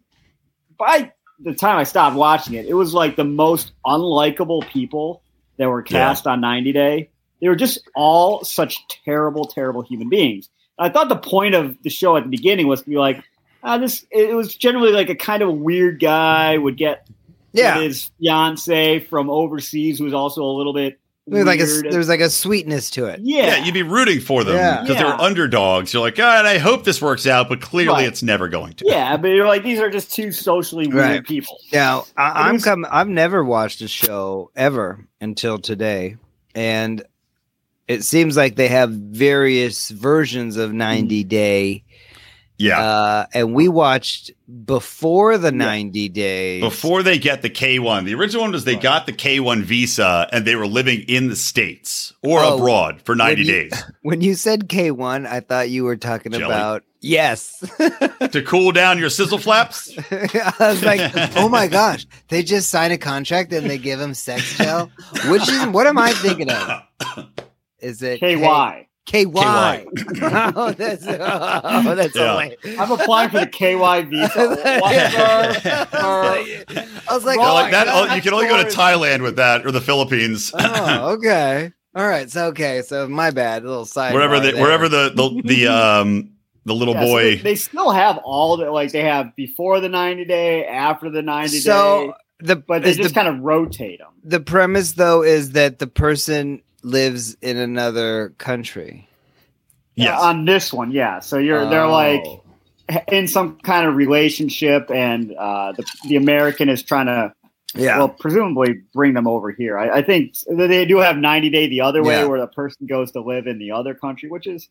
[SPEAKER 2] by the time I stopped watching it, it was like the most unlikable people that were cast on 90 Day. They were just all such terrible, terrible human beings. I thought the point of the show at the beginning was to be like, ah, this. It was generally like a kind of weird guy would get
[SPEAKER 3] yeah.
[SPEAKER 2] his fiance from overseas, who was also a little bit
[SPEAKER 3] There's like a
[SPEAKER 2] weird and-
[SPEAKER 3] there's like a sweetness to it.
[SPEAKER 1] yeah.
[SPEAKER 2] yeah,
[SPEAKER 1] you'd be rooting for them
[SPEAKER 3] Yeah.
[SPEAKER 1] because
[SPEAKER 2] Yeah.
[SPEAKER 1] they're underdogs. You're like, God, I hope this works out, but clearly
[SPEAKER 2] Right.
[SPEAKER 1] it's never going to.
[SPEAKER 2] yeah, but you're like these are just two socially weird
[SPEAKER 3] Right.
[SPEAKER 2] people.
[SPEAKER 3] Now
[SPEAKER 2] It
[SPEAKER 3] I, I'm
[SPEAKER 2] was-
[SPEAKER 3] come. I've never watched a show ever until today, and it seems like they have various versions of 90 Day.
[SPEAKER 1] Yeah.
[SPEAKER 3] Uh, and we watched before the
[SPEAKER 2] Yeah.
[SPEAKER 3] 90 Day.
[SPEAKER 1] Before they get the K one, the original one was they
[SPEAKER 3] Right.
[SPEAKER 1] got the K one visa and they were living in the states or
[SPEAKER 3] Oh,
[SPEAKER 1] abroad for ninety
[SPEAKER 3] you-
[SPEAKER 1] days
[SPEAKER 3] when you said K1, I thought you were talking
[SPEAKER 1] Jelly.
[SPEAKER 3] about yes.
[SPEAKER 1] to cool down your sizzle flaps.
[SPEAKER 3] I was like, oh my gosh, they just sign a contract and they give him sex gel. Which is what am I thinking of? Is it
[SPEAKER 2] KY.
[SPEAKER 3] K- KY.
[SPEAKER 1] KY.
[SPEAKER 3] oh, that's oh, that's
[SPEAKER 1] Yeah.
[SPEAKER 3] only.
[SPEAKER 2] I'm applying for the KY visa. Whatever.
[SPEAKER 3] I was like,
[SPEAKER 1] They're
[SPEAKER 3] oh,
[SPEAKER 1] like
[SPEAKER 3] my
[SPEAKER 1] that.
[SPEAKER 3] God.
[SPEAKER 1] oh, you can only go to
[SPEAKER 2] Lord.
[SPEAKER 1] Thailand with that or the Philippines.
[SPEAKER 3] oh, okay. All right. So okay. So my bad. A little side.
[SPEAKER 1] wherever the wherever the the, the um the little
[SPEAKER 2] Yeah, so
[SPEAKER 1] boy
[SPEAKER 2] they, they still have all the like they have before the 90 day, after the 90
[SPEAKER 3] So
[SPEAKER 2] day,
[SPEAKER 3] the
[SPEAKER 2] but they
[SPEAKER 3] is
[SPEAKER 2] just
[SPEAKER 3] the
[SPEAKER 2] kind of rotate them.
[SPEAKER 3] the premise though is that the person lives in another country.
[SPEAKER 1] yes.
[SPEAKER 2] on this one, yeah. So you're they're
[SPEAKER 3] Oh.
[SPEAKER 2] like in some kind of relationship, and uh, the the American is trying to
[SPEAKER 3] yeah.
[SPEAKER 2] well presumably bring them over here. I, I think that they do have 90 day the other way
[SPEAKER 3] Yeah.
[SPEAKER 2] where the person goes to live in the other country, which is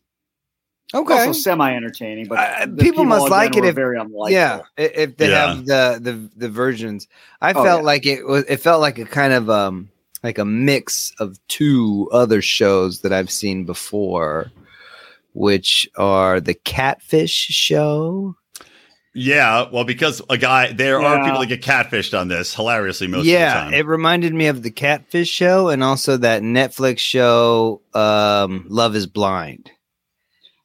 [SPEAKER 3] okay.
[SPEAKER 2] also semi-entertaining, but
[SPEAKER 3] Uh,
[SPEAKER 2] the
[SPEAKER 3] people must
[SPEAKER 2] again
[SPEAKER 3] like it
[SPEAKER 2] were
[SPEAKER 3] if-
[SPEAKER 2] very unlikable.
[SPEAKER 3] yeah i- if they
[SPEAKER 1] Yeah.
[SPEAKER 3] have the, the the versions i
[SPEAKER 2] Oh,
[SPEAKER 3] felt
[SPEAKER 2] yeah.
[SPEAKER 3] like it was it felt like a kind of um like a mix of two other shows that i've seen before which are the catfish show
[SPEAKER 1] yeah. Well, because a guy there
[SPEAKER 2] Yeah.
[SPEAKER 1] are people that get catfished on this hilariously most
[SPEAKER 3] yeah
[SPEAKER 1] of the time.
[SPEAKER 3] it reminded me of the catfish show and also that netflix show um love is blind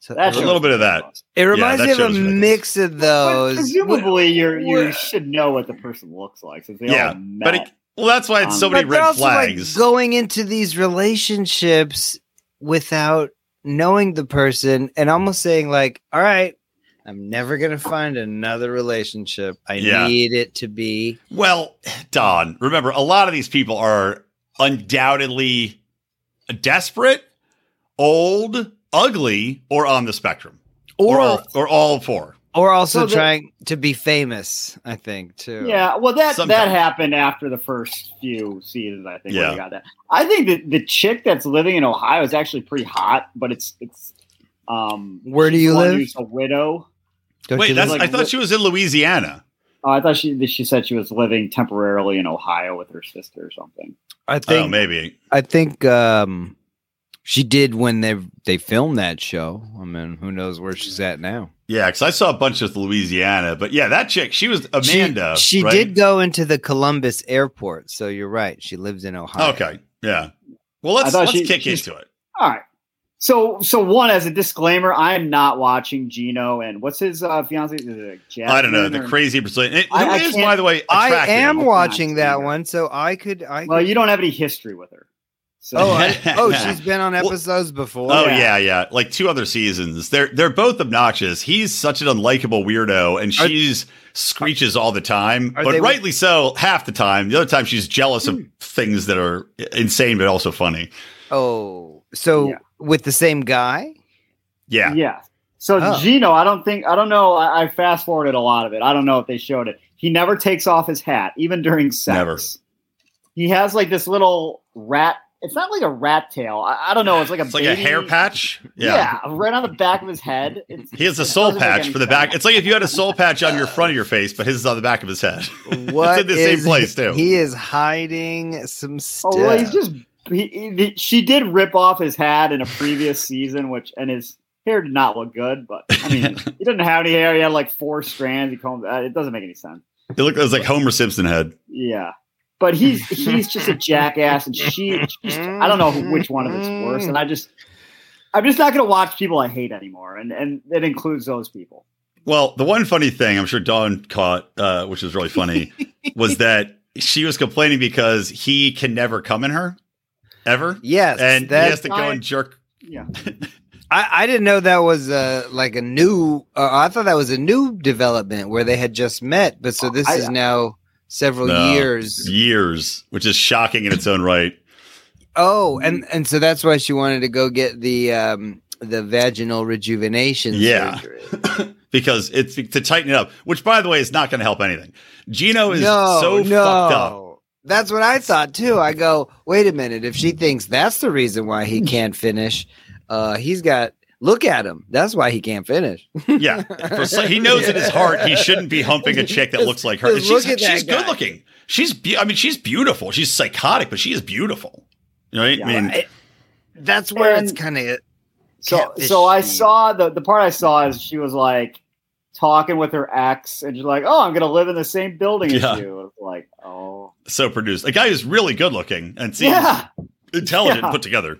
[SPEAKER 3] so
[SPEAKER 2] That
[SPEAKER 1] There's a
[SPEAKER 2] show-
[SPEAKER 1] little bit of that.
[SPEAKER 3] it reminds
[SPEAKER 1] that
[SPEAKER 3] me
[SPEAKER 1] show
[SPEAKER 3] of a
[SPEAKER 1] was ridiculous.
[SPEAKER 3] mix of
[SPEAKER 2] But
[SPEAKER 3] those
[SPEAKER 2] presumably you you
[SPEAKER 3] Oh, what-
[SPEAKER 2] should know what the person looks like since they
[SPEAKER 1] Yeah,
[SPEAKER 2] all met.
[SPEAKER 1] but it- Well, that's why it's so
[SPEAKER 2] Um,
[SPEAKER 1] many
[SPEAKER 3] but they're
[SPEAKER 1] red
[SPEAKER 3] also
[SPEAKER 1] flags.
[SPEAKER 3] like going into these relationships without knowing the person and almost saying like all right i'm never gonna find another relationship i
[SPEAKER 1] Yeah.
[SPEAKER 3] need it to be
[SPEAKER 1] well, Don, remember a lot of these people are undoubtedly desperate, old, ugly, or on the spectrum, or all, or all four.
[SPEAKER 3] or also
[SPEAKER 2] So the-
[SPEAKER 3] trying to be famous i think too
[SPEAKER 2] yeah, well that that
[SPEAKER 1] Sometimes.
[SPEAKER 2] happened after the first few seasons. I think. Yeah.
[SPEAKER 1] Yeah.
[SPEAKER 2] got that. I think that the chick that's living in Ohio is actually pretty hot, but it's it's um
[SPEAKER 3] where do
[SPEAKER 2] the
[SPEAKER 3] you
[SPEAKER 2] one
[SPEAKER 3] live
[SPEAKER 2] who's a widow.
[SPEAKER 3] Don't
[SPEAKER 1] Wait,
[SPEAKER 3] you
[SPEAKER 1] that's,
[SPEAKER 3] live-
[SPEAKER 1] I thought she was in Louisiana.
[SPEAKER 2] Oh, I thought she she said she was living temporarily in Ohio with her sister or something.
[SPEAKER 3] i
[SPEAKER 1] oh,
[SPEAKER 3] think
[SPEAKER 1] maybe.
[SPEAKER 3] i think um she did when they they filmed that show i mean who knows where she's at now
[SPEAKER 1] Yeah, because I saw a bunch of Louisiana, but yeah, that chick, she was
[SPEAKER 3] She-
[SPEAKER 1] Amanda.
[SPEAKER 3] She,
[SPEAKER 1] right?
[SPEAKER 3] did go into the Columbus airport, so you're right. She lives in Ohio.
[SPEAKER 1] Okay, yeah. Well, let's
[SPEAKER 2] thought
[SPEAKER 1] let's
[SPEAKER 2] she-
[SPEAKER 1] kick
[SPEAKER 2] she's-
[SPEAKER 1] into it.
[SPEAKER 2] All right. So, so one as a disclaimer, I'm not watching Gino and what's his uh, fiance? Is it Jasmine
[SPEAKER 1] I don't know the
[SPEAKER 2] or-
[SPEAKER 1] crazy Brazilian. Who
[SPEAKER 2] I- I
[SPEAKER 1] is,
[SPEAKER 2] can't-
[SPEAKER 1] by the way,
[SPEAKER 3] I
[SPEAKER 1] attractive?
[SPEAKER 3] am
[SPEAKER 2] Attractive.
[SPEAKER 3] watching that
[SPEAKER 2] Yeah.
[SPEAKER 3] one, so I could. I
[SPEAKER 2] Well,
[SPEAKER 3] could-
[SPEAKER 2] you don't have any history with her, So,
[SPEAKER 3] Oh, I- oh, she's been on episodes before.
[SPEAKER 2] Oh,
[SPEAKER 1] Oh yeah. yeah,
[SPEAKER 2] yeah.
[SPEAKER 1] Like two other seasons. They're they're both obnoxious. He's such an unlikable weirdo, and
[SPEAKER 3] Are-
[SPEAKER 1] she's screeches all the time,
[SPEAKER 3] Are
[SPEAKER 1] but
[SPEAKER 3] they-
[SPEAKER 1] rightly so half the time. The other time she's jealous
[SPEAKER 2] Hmm.
[SPEAKER 1] of things that are insane but also funny.
[SPEAKER 3] Oh, so
[SPEAKER 2] Yeah.
[SPEAKER 3] with the same guy?
[SPEAKER 1] Yeah.
[SPEAKER 2] yeah. So
[SPEAKER 3] Oh.
[SPEAKER 2] Gino, I don't think I don't know. I, I fast forwarded a lot of it. I don't know if they showed it. He never takes off his hat, even during sex.
[SPEAKER 1] Never.
[SPEAKER 2] He has like this little rat. It's not like a rat tail. I, I don't know. It's like a
[SPEAKER 1] It's like a
[SPEAKER 2] baby-
[SPEAKER 1] hair patch. Yeah.
[SPEAKER 2] Yeah. right on the back of his head. It's,
[SPEAKER 1] He has a soul
[SPEAKER 2] Doesn't make
[SPEAKER 1] patch
[SPEAKER 2] any
[SPEAKER 1] for the back.
[SPEAKER 2] sense.
[SPEAKER 1] It's like if you had a soul patch on your front of your face, but his is on the back of his head.
[SPEAKER 3] What
[SPEAKER 1] in the same
[SPEAKER 3] is-
[SPEAKER 1] place, too.
[SPEAKER 3] He is hiding some
[SPEAKER 2] oh,
[SPEAKER 3] stuff.
[SPEAKER 2] well, he's just. He, he- she did rip off his hat in a previous season, which and his hair did not look good. But I mean, he didn't have any hair. He had like four strands. He combed. uh, It doesn't make any sense.
[SPEAKER 1] It looked it was like Homer Simpson head.
[SPEAKER 2] Yeah. But he's he's just a jackass, and she she's, I don't know who- which one of it's worse. And I just I'm just not gonna watch people I hate anymore, and and it includes those people.
[SPEAKER 1] Well, the one funny thing I'm sure Dawn caught, uh, which was really funny, was that she was complaining because he can never come in her ever.
[SPEAKER 3] yes,
[SPEAKER 1] and he has
[SPEAKER 3] that's.
[SPEAKER 1] to go and jerk.
[SPEAKER 2] Yeah,
[SPEAKER 3] I, I didn't know that was uh, like a new. Uh, I thought that was a new development where they had just met, but so this
[SPEAKER 2] Uh, I-
[SPEAKER 3] is now several
[SPEAKER 1] No.
[SPEAKER 3] years.
[SPEAKER 1] years, which is shocking in its own right.
[SPEAKER 3] Oh, and
[SPEAKER 1] Mm-hmm.
[SPEAKER 3] and so that's why she wanted to go get the um, the vaginal rejuvenation.
[SPEAKER 1] Yeah.
[SPEAKER 3] surgery.
[SPEAKER 1] Because it's to tighten it up, which by the way is not going to help anything. Gino is
[SPEAKER 3] no,
[SPEAKER 1] so
[SPEAKER 3] no.
[SPEAKER 1] fucked up.
[SPEAKER 3] That's what I thought too. I go, wait a minute. If she thinks that's the reason why he can't finish, uh, he's got. Look at him. That's why he can't finish.
[SPEAKER 1] Yeah, For so- he knows in his heart he shouldn't be humping a chick that looks like her. And
[SPEAKER 3] Just
[SPEAKER 1] she's
[SPEAKER 3] look at that
[SPEAKER 1] she's
[SPEAKER 3] guy.
[SPEAKER 1] good looking. She's be- I mean she's beautiful. She's psychotic, but she is beautiful. Right? I mean,
[SPEAKER 3] Right. that's where
[SPEAKER 2] And-
[SPEAKER 3] it's kind of
[SPEAKER 2] So
[SPEAKER 3] Catfish
[SPEAKER 2] so I
[SPEAKER 3] scene.
[SPEAKER 2] saw the the part I saw is she was like talking with her ex, and she's like, "Oh, I'm gonna live in the same building
[SPEAKER 1] Yeah.
[SPEAKER 2] as you." And it's like, oh
[SPEAKER 1] so produced. A guy who's really good looking and seems
[SPEAKER 2] yeah,
[SPEAKER 1] intelligent and
[SPEAKER 2] Yeah.
[SPEAKER 1] put together.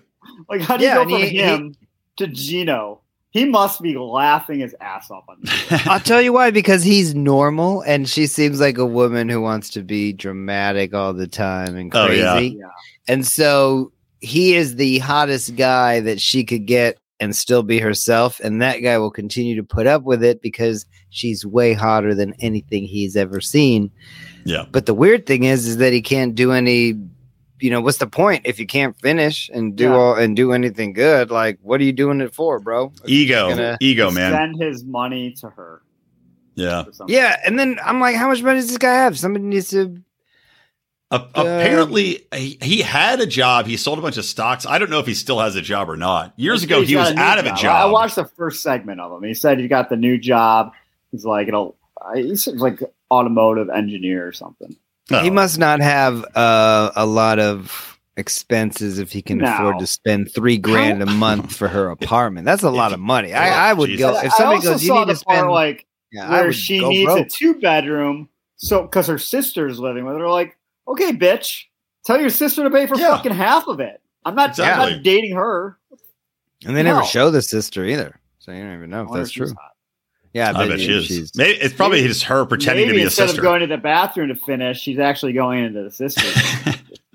[SPEAKER 2] like how do you
[SPEAKER 3] Yeah,
[SPEAKER 2] go
[SPEAKER 3] and
[SPEAKER 2] from
[SPEAKER 3] he- he-
[SPEAKER 2] him to Gino? He must be laughing his ass off on this.
[SPEAKER 3] I'll tell you why because he's normal and she seems like a woman who wants to be dramatic all the time and
[SPEAKER 1] Oh,
[SPEAKER 3] crazy.
[SPEAKER 1] yeah.
[SPEAKER 2] Yeah.
[SPEAKER 3] And so he is the hottest guy that she could get and still be herself and that guy will continue to put up with it because she's way hotter than anything he's ever seen.
[SPEAKER 1] Yeah.
[SPEAKER 3] But the weird thing is is that he can't do any you know what's the point if you can't finish and do
[SPEAKER 2] Yeah.
[SPEAKER 3] all and do anything good like what are you doing it for bro
[SPEAKER 1] Ego.
[SPEAKER 3] Gonna-
[SPEAKER 1] Ego, man.
[SPEAKER 2] Send his money to her.
[SPEAKER 1] Yeah.
[SPEAKER 2] or something.
[SPEAKER 3] Yeah, and then I'm like, how much money does this guy have? Somebody needs to. Uh,
[SPEAKER 1] A- apparently, he, he had a job. He sold a bunch of stocks. I don't know if he still has a job or not. Years
[SPEAKER 2] He's
[SPEAKER 1] ago, he
[SPEAKER 2] got
[SPEAKER 1] was
[SPEAKER 2] new
[SPEAKER 1] out of a
[SPEAKER 2] I
[SPEAKER 1] job.
[SPEAKER 2] watched the first segment of him. He said he got the new job. He's like, you know, he seems like automotive engineer or something.
[SPEAKER 1] Oh.
[SPEAKER 3] He must not have uh, a lot of expenses if he can
[SPEAKER 2] No.
[SPEAKER 3] afford to spend three grand a month for her apartment. That's a lot of money. I, I would go
[SPEAKER 1] Oh, Jesus.
[SPEAKER 3] if somebody goes. You
[SPEAKER 2] saw
[SPEAKER 3] need to
[SPEAKER 2] the part,
[SPEAKER 3] spend.
[SPEAKER 2] like
[SPEAKER 3] yeah, I
[SPEAKER 2] where
[SPEAKER 3] would
[SPEAKER 2] she
[SPEAKER 3] go
[SPEAKER 2] needs a
[SPEAKER 3] broke.
[SPEAKER 2] two bedroom. So because her sister's living with her, like, okay, bitch, tell your sister to pay for
[SPEAKER 1] Yeah.
[SPEAKER 2] fucking half of it. I'm not, I'm
[SPEAKER 1] Exactly.
[SPEAKER 2] not dating
[SPEAKER 3] Oh,
[SPEAKER 2] her.
[SPEAKER 3] and they never
[SPEAKER 2] No.
[SPEAKER 3] show the sister either, so you don't even know
[SPEAKER 2] I
[SPEAKER 3] if
[SPEAKER 2] wonder
[SPEAKER 3] that's
[SPEAKER 2] if she's
[SPEAKER 3] true.
[SPEAKER 2] hot.
[SPEAKER 3] Yeah,
[SPEAKER 1] I bet she
[SPEAKER 3] you
[SPEAKER 1] is.
[SPEAKER 3] she's-
[SPEAKER 1] Maybe, it's probably just her pretending to
[SPEAKER 2] Maybe
[SPEAKER 1] be a
[SPEAKER 2] instead
[SPEAKER 1] sister.
[SPEAKER 2] of going to the bathroom to finish, she's actually going into the sister.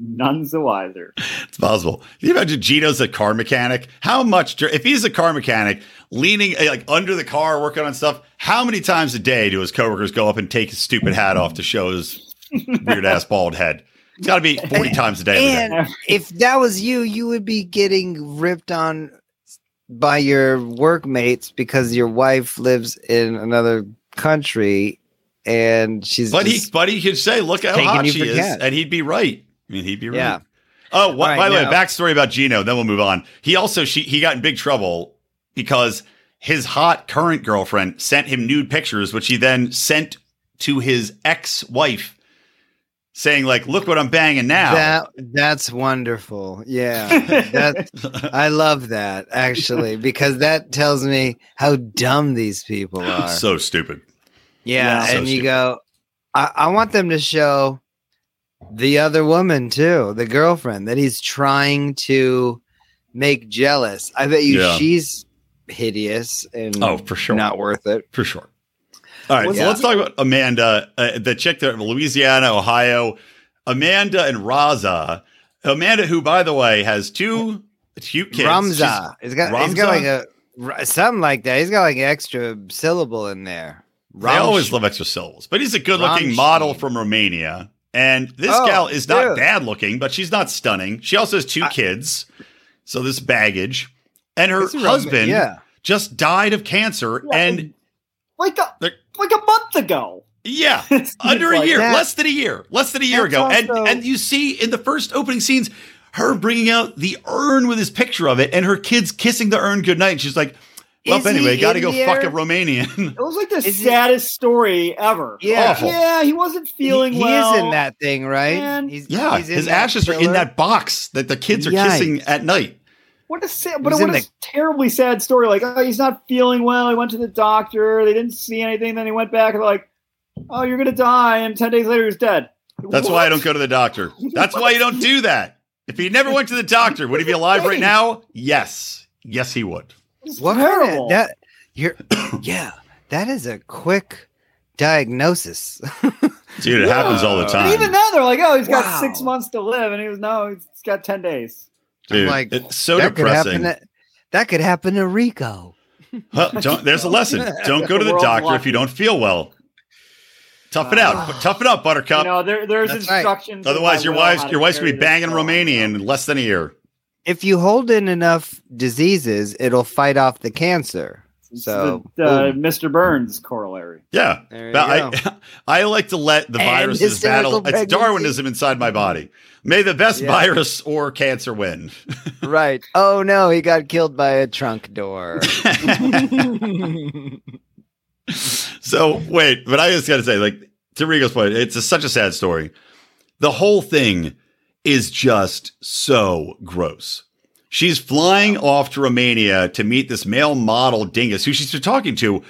[SPEAKER 2] None's the wiser.
[SPEAKER 1] It's possible. Can you imagine Gino's a car mechanic? How much, dur- if he's a car mechanic, leaning eh, like under the car, working on stuff, how many times a day do his coworkers go up and take his stupid hat off to show his weird ass bald head? It's got to be 40 times a day. every day.
[SPEAKER 3] And if that was you, you would be getting ripped on by your workmates because your wife lives in another country and she's
[SPEAKER 1] But he,
[SPEAKER 3] just-
[SPEAKER 1] but he could say, look how
[SPEAKER 3] Taking
[SPEAKER 1] hot
[SPEAKER 3] you
[SPEAKER 1] she
[SPEAKER 3] for
[SPEAKER 1] is.
[SPEAKER 3] cat.
[SPEAKER 1] And he'd be right. I mean, he'd be right.
[SPEAKER 3] Yeah.
[SPEAKER 1] Oh, what,
[SPEAKER 3] All right,
[SPEAKER 1] by the way,
[SPEAKER 3] now-
[SPEAKER 1] backstory about Gino. Then we'll move on. He also she he got in big trouble because his hot current girlfriend sent him nude pictures, which he then sent to his ex wife, saying like, "Look what I'm banging now."
[SPEAKER 3] that that's wonderful. Yeah. Uh, That I love that actually because that tells me how dumb these people are.
[SPEAKER 1] so stupid. Yeah.
[SPEAKER 3] yeah, and
[SPEAKER 1] So
[SPEAKER 3] you
[SPEAKER 1] stupid.
[SPEAKER 3] go I, I want them to show the other woman too, the girlfriend that he's trying to make jealous. I bet you
[SPEAKER 1] Yeah.
[SPEAKER 3] she's hideous and
[SPEAKER 1] Oh, for sure.
[SPEAKER 3] not worth it.
[SPEAKER 1] for sure. All right,
[SPEAKER 3] Was
[SPEAKER 1] so
[SPEAKER 3] it-
[SPEAKER 1] let's talk about Amanda, uh, the chick there in Louisiana, Ohio. Amanda and Raza Amanda, who by the way has two cute kids.
[SPEAKER 3] Ramza. He's got, he's
[SPEAKER 1] Ramza?
[SPEAKER 3] got like a r- something like that. He's got like an extra syllable in there.
[SPEAKER 1] She's- They always
[SPEAKER 3] Ramsh-
[SPEAKER 1] love extra syllables, but he's a good-looking
[SPEAKER 3] Ramstein.
[SPEAKER 1] model from Romania. And this
[SPEAKER 3] Oh,
[SPEAKER 1] gal is not
[SPEAKER 3] dude.
[SPEAKER 1] bad-looking, but she's not stunning. She also has two
[SPEAKER 3] I-
[SPEAKER 1] kids, so this baggage. And her
[SPEAKER 3] It's Ram-
[SPEAKER 1] husband
[SPEAKER 3] Yeah.
[SPEAKER 1] just died of cancer,
[SPEAKER 2] Yeah,
[SPEAKER 1] and
[SPEAKER 2] like a
[SPEAKER 1] They're-
[SPEAKER 2] like a month ago.
[SPEAKER 1] yeah,
[SPEAKER 2] It's
[SPEAKER 1] under a
[SPEAKER 2] like-
[SPEAKER 1] year,
[SPEAKER 3] that-
[SPEAKER 1] less than a year, less than a year
[SPEAKER 3] That's
[SPEAKER 1] ago. And
[SPEAKER 3] also-
[SPEAKER 1] and you see in the first opening scenes her bringing out the urn with his picture of it and her kids kissing the urn goodnight. And she's like, well,
[SPEAKER 3] Is
[SPEAKER 1] anyway,
[SPEAKER 3] he
[SPEAKER 1] got to
[SPEAKER 3] in
[SPEAKER 1] go
[SPEAKER 3] the
[SPEAKER 1] fuck a
[SPEAKER 3] urn?
[SPEAKER 1] Romanian.
[SPEAKER 2] It was like the
[SPEAKER 3] Is he-
[SPEAKER 2] saddest story ever.
[SPEAKER 3] Yeah.
[SPEAKER 1] Awful.
[SPEAKER 2] Yeah, he wasn't feeling
[SPEAKER 3] he, he
[SPEAKER 2] well.
[SPEAKER 3] is in that thing, right?
[SPEAKER 2] And-
[SPEAKER 3] He's,
[SPEAKER 1] yeah,
[SPEAKER 3] he's in
[SPEAKER 1] his
[SPEAKER 3] that
[SPEAKER 1] ashes are in
[SPEAKER 3] pillar.
[SPEAKER 1] that box that the kids are kissing at night.
[SPEAKER 2] What a sad, but
[SPEAKER 3] He's
[SPEAKER 2] what
[SPEAKER 3] in
[SPEAKER 2] a
[SPEAKER 3] the-
[SPEAKER 2] terribly sad story. Like, oh, he's not feeling well. He went to the doctor. They didn't see anything. Then he went back and like, oh, you're gonna die. And ten days later, he's dead.
[SPEAKER 1] That's why I don't go to the doctor. That's why you don't do that. If he never went to the doctor, would he be alive right now? Yes, yes, he would.
[SPEAKER 3] What kind
[SPEAKER 2] terrible.
[SPEAKER 3] of, that? You're, yeah, that is a quick diagnosis.
[SPEAKER 1] Dude, it happens all the
[SPEAKER 3] But
[SPEAKER 1] time.
[SPEAKER 2] but even then, they're like, oh, he's got
[SPEAKER 3] Wow.
[SPEAKER 2] six months to live, and he was no, he's got ten days.
[SPEAKER 1] Dude,
[SPEAKER 3] like,
[SPEAKER 1] it's so
[SPEAKER 3] that
[SPEAKER 1] depressing.
[SPEAKER 3] Could happen to, that could happen to Rico.
[SPEAKER 1] Huh, don't, there's a lesson. Don't go to the
[SPEAKER 2] We're all
[SPEAKER 1] doctor if
[SPEAKER 2] lucky. Ah.
[SPEAKER 1] you don't feel well. Tough it out. Tough it up, Buttercup.
[SPEAKER 2] You know, there, there's
[SPEAKER 3] That's right.
[SPEAKER 2] instructions.
[SPEAKER 1] Otherwise,
[SPEAKER 2] about
[SPEAKER 1] your
[SPEAKER 2] Will
[SPEAKER 1] wife's
[SPEAKER 2] how to
[SPEAKER 1] your wife's gonna be
[SPEAKER 2] carry this
[SPEAKER 1] banging
[SPEAKER 2] ball.
[SPEAKER 1] Romanian in less than a year.
[SPEAKER 3] If you hold in enough diseases, it'll fight off the cancer.
[SPEAKER 2] It's
[SPEAKER 3] So,
[SPEAKER 2] the, uh,
[SPEAKER 3] boom.
[SPEAKER 2] Mr. Burns corollary.
[SPEAKER 1] Yeah,
[SPEAKER 3] There you
[SPEAKER 1] but
[SPEAKER 3] go.
[SPEAKER 1] I I like to let the
[SPEAKER 3] And
[SPEAKER 1] viruses
[SPEAKER 3] hysterical
[SPEAKER 1] battle. It's Darwinism inside my body. May the best
[SPEAKER 3] Yeah.
[SPEAKER 1] virus or cancer win.
[SPEAKER 3] right. Oh no, he got killed by a trunk door.
[SPEAKER 1] so wait, but I just got to say, like to Rigo's point, it's a, such a sad story. The whole thing is just so gross. She's flying off to Romania to meet this male model dingus who she's been talking to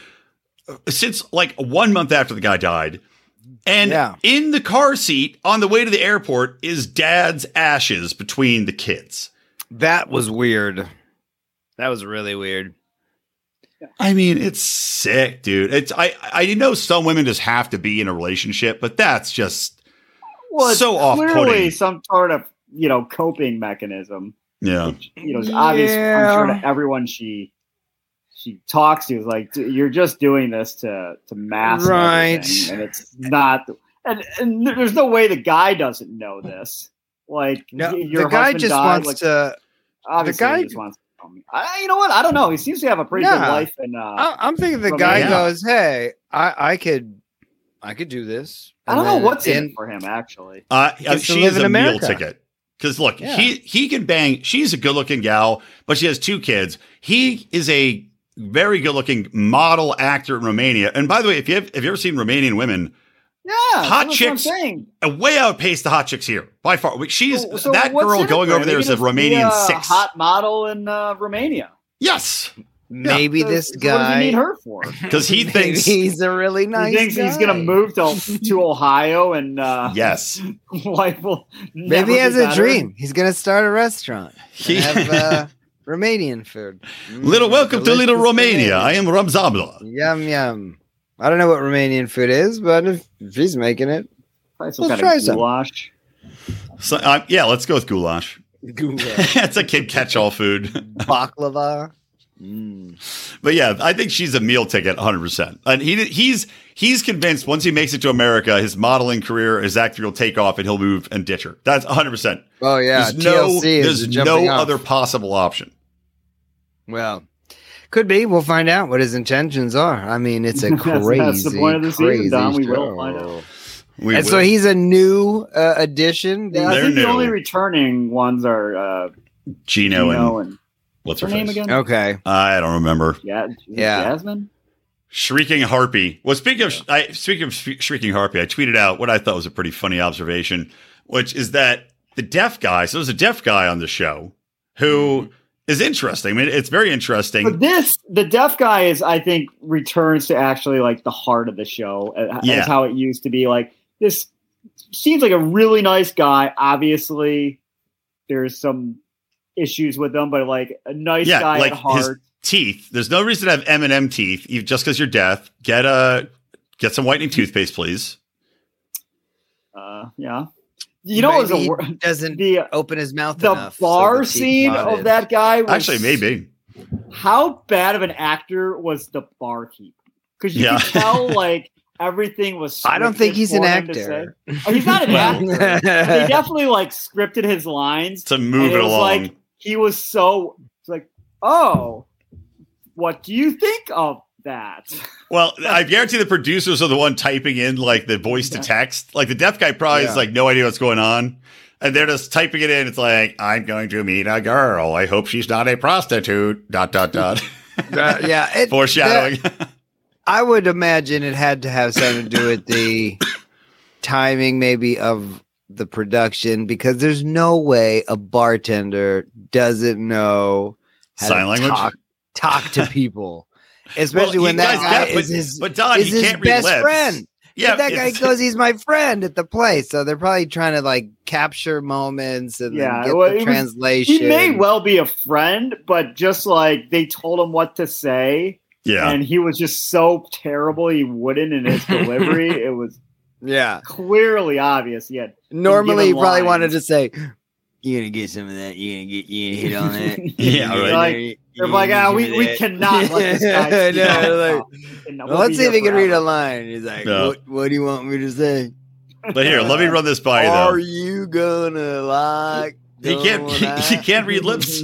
[SPEAKER 1] uh, since like one month after the guy died. And
[SPEAKER 3] Yeah.
[SPEAKER 1] in the car seat on the way to the airport is dad's ashes between the kids.
[SPEAKER 3] that was weird. That was really weird.
[SPEAKER 1] I mean, it's sick, dude. It's I I know some women just have to be in a relationship, but that's just
[SPEAKER 2] Well, it's
[SPEAKER 1] So off-putting.
[SPEAKER 2] clearly some sort of you know coping mechanism.
[SPEAKER 1] yeah.
[SPEAKER 3] Oh.
[SPEAKER 2] you know, it's obvious.
[SPEAKER 3] Yeah.
[SPEAKER 2] I'm sure to everyone she she talks to is like, "D- you're just doing this to to mask,
[SPEAKER 3] Right.
[SPEAKER 2] everything," and it's not. And, and there- there's no way the guy doesn't know this. Like,
[SPEAKER 3] No,
[SPEAKER 2] y- your
[SPEAKER 3] the guy
[SPEAKER 2] husband
[SPEAKER 3] just
[SPEAKER 2] died,
[SPEAKER 3] wants
[SPEAKER 2] like,
[SPEAKER 3] to.
[SPEAKER 2] Obviously,
[SPEAKER 3] guy-
[SPEAKER 2] he just wants. To tell me. I, you know what? I don't know. He seems to have a pretty good
[SPEAKER 3] Yeah.
[SPEAKER 2] life, and uh,
[SPEAKER 3] I, I'm thinking the
[SPEAKER 2] Well,
[SPEAKER 3] guy
[SPEAKER 1] yeah.
[SPEAKER 3] goes, "Hey, I, I could, I could do this."
[SPEAKER 2] I
[SPEAKER 3] Oh, And
[SPEAKER 2] don't know
[SPEAKER 3] then
[SPEAKER 2] what's in
[SPEAKER 3] in-
[SPEAKER 2] it for him actually.
[SPEAKER 1] Uh, uh,
[SPEAKER 3] gets to
[SPEAKER 1] she
[SPEAKER 3] live
[SPEAKER 1] is
[SPEAKER 3] in
[SPEAKER 1] a meal
[SPEAKER 3] America.
[SPEAKER 1] ticket. Because look,
[SPEAKER 3] Yeah.
[SPEAKER 1] he he can bang. She's a good looking gal, but she has two kids. He is a very good looking model actor in Romania. And by the way, if you have, if you ever seen Romanian women,
[SPEAKER 2] Yeah,
[SPEAKER 1] Hot
[SPEAKER 2] that's
[SPEAKER 1] chicks-
[SPEAKER 2] What I'm saying.
[SPEAKER 1] uh, way outpace the hot chicks here by far. She is
[SPEAKER 2] So- so
[SPEAKER 1] that
[SPEAKER 2] what's in
[SPEAKER 1] girl
[SPEAKER 2] it
[SPEAKER 1] going
[SPEAKER 2] for
[SPEAKER 1] over
[SPEAKER 2] him?
[SPEAKER 1] there
[SPEAKER 2] He
[SPEAKER 1] is a
[SPEAKER 2] can just be
[SPEAKER 1] Romanian
[SPEAKER 2] a
[SPEAKER 1] six.
[SPEAKER 2] hot model in uh, Romania.
[SPEAKER 1] yes,
[SPEAKER 3] Maybe
[SPEAKER 2] So-
[SPEAKER 3] this
[SPEAKER 2] so What does he need
[SPEAKER 3] guy.
[SPEAKER 2] her for?
[SPEAKER 1] because he
[SPEAKER 3] maybe
[SPEAKER 1] thinks
[SPEAKER 3] he's a really nice.
[SPEAKER 2] he thinks he's
[SPEAKER 3] guy.
[SPEAKER 2] gonna move to to Ohio and uh,
[SPEAKER 1] yes,
[SPEAKER 2] life will. never
[SPEAKER 3] Maybe he has
[SPEAKER 2] be
[SPEAKER 3] a
[SPEAKER 2] better.
[SPEAKER 3] dream. He's gonna start a restaurant.
[SPEAKER 1] He-
[SPEAKER 3] He have uh, Romanian food. Mm,
[SPEAKER 1] little welcome to little
[SPEAKER 3] delicious
[SPEAKER 1] Romania. I am Ramzabla.
[SPEAKER 3] Yum yum. I don't know what Romanian food is, but if, if he's making it,
[SPEAKER 2] Probably some
[SPEAKER 3] Let's
[SPEAKER 2] kind
[SPEAKER 3] try
[SPEAKER 2] of
[SPEAKER 3] some.
[SPEAKER 2] goulash.
[SPEAKER 1] So uh, yeah, let's go with goulash. That's a kid catch all food.
[SPEAKER 3] baklava. Mm.
[SPEAKER 1] But yeah, I think she's a meal ticket, 100. percent And he he's he's convinced once he makes it to America, his modeling career, his acting will take off, and he'll move and ditch her. That's 100. percent
[SPEAKER 3] Oh yeah,
[SPEAKER 1] There's no
[SPEAKER 3] TLC is
[SPEAKER 1] there's
[SPEAKER 3] the
[SPEAKER 1] no
[SPEAKER 3] jumping off.
[SPEAKER 1] other possible option.
[SPEAKER 3] Well, could be. We'll find out what his intentions are. I mean, it's a
[SPEAKER 2] That's- that's
[SPEAKER 3] crazy,
[SPEAKER 2] the point of the season,
[SPEAKER 3] crazy
[SPEAKER 2] Don. We
[SPEAKER 3] show.
[SPEAKER 2] will find out.
[SPEAKER 1] We
[SPEAKER 3] and
[SPEAKER 1] will-
[SPEAKER 3] so he's a new uh, addition.
[SPEAKER 2] Yeah, I
[SPEAKER 1] They're
[SPEAKER 2] think
[SPEAKER 1] new.
[SPEAKER 2] the only returning ones are uh,
[SPEAKER 1] Gino
[SPEAKER 2] Gino
[SPEAKER 1] and
[SPEAKER 2] and
[SPEAKER 1] what's her,
[SPEAKER 2] her name
[SPEAKER 1] face?
[SPEAKER 2] again?
[SPEAKER 3] Okay.
[SPEAKER 1] I don't remember.
[SPEAKER 2] Yeah, is it
[SPEAKER 3] Oh. Yeah.
[SPEAKER 2] Jasmine.
[SPEAKER 1] Shrieking Harpy. Well, speaking of I, speaking of sh- Shrieking Harpy, I tweeted out what I thought was a pretty funny observation, which is that the deaf guy. So there's a deaf guy on the show who
[SPEAKER 3] Mm-hmm.
[SPEAKER 1] is interesting. I mean, it's very interesting.
[SPEAKER 2] But this, the deaf guy is, I think, returns to actually like the heart of the show. uh,
[SPEAKER 1] Yeah.
[SPEAKER 2] As how it used to be. Like this seems like a really nice guy. Obviously, there's some issues with him, but like a nice
[SPEAKER 1] Yeah,
[SPEAKER 2] guy
[SPEAKER 1] like
[SPEAKER 2] at
[SPEAKER 1] his-
[SPEAKER 2] heart.
[SPEAKER 1] teeth. There's no reason to have M and M teeth. You, just because you're deaf, get a get some whitening toothpaste, please.
[SPEAKER 2] uh, yeah. You know, what was
[SPEAKER 3] Maybe
[SPEAKER 2] a,
[SPEAKER 3] he
[SPEAKER 2] wor-
[SPEAKER 3] doesn't
[SPEAKER 2] the
[SPEAKER 3] open his mouth
[SPEAKER 2] the
[SPEAKER 3] enough. so
[SPEAKER 2] bar
[SPEAKER 3] that he
[SPEAKER 2] scene
[SPEAKER 3] caught
[SPEAKER 2] of
[SPEAKER 3] it.
[SPEAKER 2] that guy was
[SPEAKER 1] Actually, maybe.
[SPEAKER 2] how bad of an actor was the barkeep? Because you
[SPEAKER 1] Yeah.
[SPEAKER 2] could tell like everything was.
[SPEAKER 3] I don't think
[SPEAKER 2] scripted
[SPEAKER 3] he's an
[SPEAKER 2] for him to
[SPEAKER 3] actor.
[SPEAKER 2] say. Oh, he's not an
[SPEAKER 1] Well.
[SPEAKER 2] actor. They definitely like scripted his lines.
[SPEAKER 1] To move
[SPEAKER 2] And
[SPEAKER 1] it
[SPEAKER 2] it was
[SPEAKER 1] along.
[SPEAKER 2] like- He was so it's like, oh, what do you think of that?
[SPEAKER 1] well, I guarantee the producers are the one typing in like the voice to
[SPEAKER 2] Yeah.
[SPEAKER 1] text. Like the deaf guy probably
[SPEAKER 3] Yeah.
[SPEAKER 1] has like no idea what's going on. And they're just typing it in. It's like, I'm going to meet a girl. I hope she's not a prostitute. Dot dot dot.
[SPEAKER 3] That- yeah, it, that-
[SPEAKER 1] Foreshadowing.
[SPEAKER 3] I would imagine it had to have something to do with the timing, maybe of the production, because there's no way a bartender doesn't know how
[SPEAKER 1] Sign
[SPEAKER 3] to
[SPEAKER 1] language?
[SPEAKER 3] Talk, talk to people, especially
[SPEAKER 1] Well,
[SPEAKER 3] when
[SPEAKER 1] you
[SPEAKER 3] that
[SPEAKER 1] guys
[SPEAKER 3] guy
[SPEAKER 1] got- but-
[SPEAKER 3] is his,
[SPEAKER 1] but Don,
[SPEAKER 3] is
[SPEAKER 1] you
[SPEAKER 3] his
[SPEAKER 1] can't read
[SPEAKER 3] best
[SPEAKER 1] lips.
[SPEAKER 3] friend.
[SPEAKER 1] Yeah,
[SPEAKER 3] but that guy
[SPEAKER 1] it's-
[SPEAKER 3] goes, "He's my friend" at the place, so they're probably trying to like capture moments and
[SPEAKER 2] Yeah,
[SPEAKER 3] then get
[SPEAKER 2] well, it
[SPEAKER 3] the
[SPEAKER 2] was-
[SPEAKER 3] translation.
[SPEAKER 2] He may well be a friend, but just like they told him what to say,
[SPEAKER 1] yeah.
[SPEAKER 2] and he was just so terrible he wouldn't in his delivery. it was
[SPEAKER 3] yeah.
[SPEAKER 2] clearly obvious. He had
[SPEAKER 3] Normally, you
[SPEAKER 2] given
[SPEAKER 3] probably
[SPEAKER 2] lines.
[SPEAKER 3] wanted to say, "You're gonna get some of that. You're gonna get you gonna hit on that."
[SPEAKER 1] Yeah,
[SPEAKER 3] You're
[SPEAKER 1] right.
[SPEAKER 3] gonna-
[SPEAKER 2] Like,
[SPEAKER 3] you're
[SPEAKER 2] They're
[SPEAKER 3] gonna
[SPEAKER 2] like,
[SPEAKER 3] get
[SPEAKER 2] ah,
[SPEAKER 3] some
[SPEAKER 2] we,
[SPEAKER 3] of
[SPEAKER 2] we
[SPEAKER 3] that."
[SPEAKER 2] cannot let this guy.
[SPEAKER 3] Yeah,
[SPEAKER 2] speak on
[SPEAKER 3] no,
[SPEAKER 2] this
[SPEAKER 3] like,
[SPEAKER 2] topic. And we'll
[SPEAKER 3] well,
[SPEAKER 2] be
[SPEAKER 3] let's see if
[SPEAKER 2] here
[SPEAKER 3] he can read a
[SPEAKER 2] forever.
[SPEAKER 3] line. He's like,
[SPEAKER 1] Yeah.
[SPEAKER 3] what, what do you want me to say?
[SPEAKER 1] But here, let me run this by you
[SPEAKER 3] Are
[SPEAKER 1] though.
[SPEAKER 3] you gonna like?
[SPEAKER 1] He can't
[SPEAKER 3] going
[SPEAKER 1] he, he
[SPEAKER 3] out?"
[SPEAKER 1] can't read lips.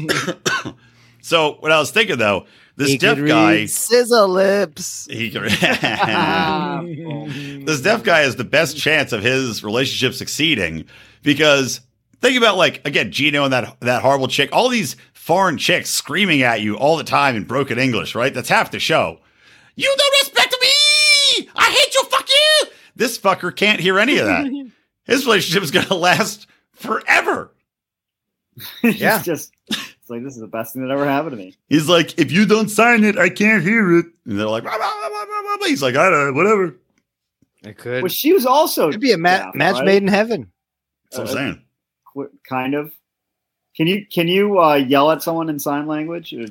[SPEAKER 1] so what I was thinking though, this
[SPEAKER 3] He
[SPEAKER 1] deaf
[SPEAKER 3] could
[SPEAKER 1] guy
[SPEAKER 3] read sizzle lips.
[SPEAKER 1] he can
[SPEAKER 2] Ah,
[SPEAKER 1] this deaf guy has the best chance of his relationship succeeding because think about like again Gino and that that horrible chick, all these foreign chicks screaming at you all the time in broken English, right? That's half the show. You don't respect me. I hate you. Fuck you. This fucker can't hear any of that. His relationship is gonna last forever.
[SPEAKER 2] He's
[SPEAKER 3] Yeah.
[SPEAKER 2] just it's like this is the best thing that ever happened to me.
[SPEAKER 1] He's like, if you don't sign it, I can't hear it. And they're like, blah, blah, blah, blah, blah, blah. he's like, I don't know, whatever.
[SPEAKER 3] It could.
[SPEAKER 2] Well, she was also
[SPEAKER 3] It'd be a ma-
[SPEAKER 2] deaf,
[SPEAKER 3] match
[SPEAKER 2] right?
[SPEAKER 3] made in heaven.
[SPEAKER 1] That's what
[SPEAKER 2] Uh,
[SPEAKER 1] I'm saying.
[SPEAKER 2] qu- kind of. Can you can you uh, yell at someone in sign language? Or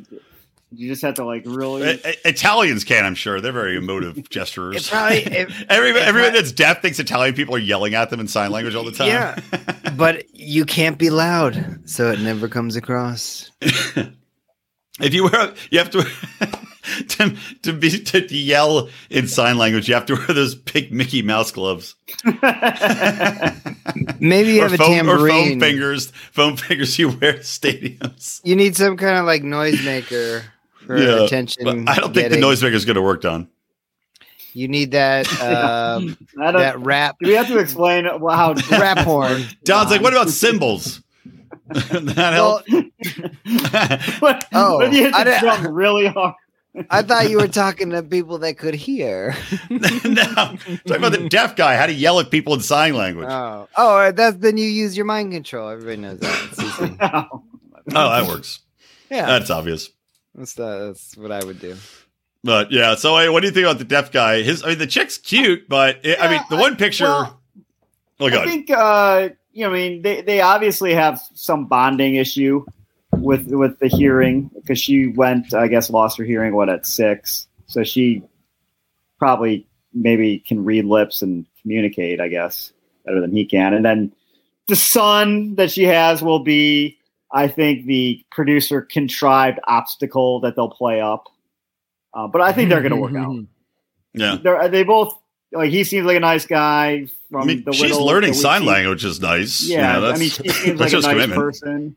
[SPEAKER 2] you just have to like really.
[SPEAKER 1] I- I- Italians can, I'm sure. They're very emotive
[SPEAKER 3] It
[SPEAKER 1] gesturers.
[SPEAKER 3] probably, it,
[SPEAKER 1] Every,
[SPEAKER 3] it
[SPEAKER 1] everyone
[SPEAKER 3] pro-
[SPEAKER 1] that's deaf thinks Italian people are yelling at them in sign language all the time.
[SPEAKER 3] Yeah. but you can't be loud, so it never comes across.
[SPEAKER 1] If you wear, a- you have to, to, to be, to yell in sign language, you have to wear those big Mickey Mouse gloves.
[SPEAKER 3] Maybe you
[SPEAKER 1] or,
[SPEAKER 3] have a
[SPEAKER 1] foam, or foam
[SPEAKER 3] tambourine.
[SPEAKER 1] fingers, foam fingers you wear at stadiums.
[SPEAKER 3] You need some kind of like noisemaker for
[SPEAKER 1] Yeah,
[SPEAKER 3] attention.
[SPEAKER 1] But I don't think the
[SPEAKER 3] getting.
[SPEAKER 1] noisemaker is going to work, Don.
[SPEAKER 3] You need that um,
[SPEAKER 2] I don't-
[SPEAKER 3] that Oh, rap
[SPEAKER 2] do we have to explain how
[SPEAKER 3] rap horn.
[SPEAKER 1] Don's like, what about symbols? that
[SPEAKER 3] Well,
[SPEAKER 1] help?
[SPEAKER 2] What,
[SPEAKER 3] Oh,
[SPEAKER 2] what if you have
[SPEAKER 3] I
[SPEAKER 2] to
[SPEAKER 3] didn't-
[SPEAKER 2] jump really hard?
[SPEAKER 3] I thought you were talking to people that could hear.
[SPEAKER 1] no, talking about the deaf guy, how to yell at people in sign language.
[SPEAKER 2] Uh,
[SPEAKER 3] Oh, oh, that's then you use your mind control. Everybody knows that. It's easy.
[SPEAKER 1] oh, that works.
[SPEAKER 3] Yeah,
[SPEAKER 1] That's obvious.
[SPEAKER 3] that's, the- that's what I would do.
[SPEAKER 1] But yeah, so hey, what do you think about the deaf guy? His, I mean, the chick's cute, but it, I mean, the one picture.
[SPEAKER 2] well,
[SPEAKER 1] oh
[SPEAKER 2] I
[SPEAKER 1] god,
[SPEAKER 2] think uh, you know. I mean, they, they obviously have some bonding issue with with the hearing because she went, I guess, lost her hearing what at six, so she probably maybe can read lips and communicate, I guess, better than he can. And then the son that she has will be, I think, the producer contrived obstacle that they'll play up. Uh, but I think they're going to work out.
[SPEAKER 1] yeah.
[SPEAKER 2] They're, they both like he seems like a nice guy. From
[SPEAKER 1] I mean,
[SPEAKER 2] the
[SPEAKER 1] she's
[SPEAKER 2] little
[SPEAKER 1] learning
[SPEAKER 2] that we've
[SPEAKER 1] sign
[SPEAKER 2] seen.
[SPEAKER 1] language is nice. You
[SPEAKER 2] Yeah,
[SPEAKER 1] know,
[SPEAKER 2] I
[SPEAKER 1] that's-
[SPEAKER 2] mean, she
[SPEAKER 1] that
[SPEAKER 2] seems like a
[SPEAKER 1] shows
[SPEAKER 2] nice
[SPEAKER 1] commitment.
[SPEAKER 2] person.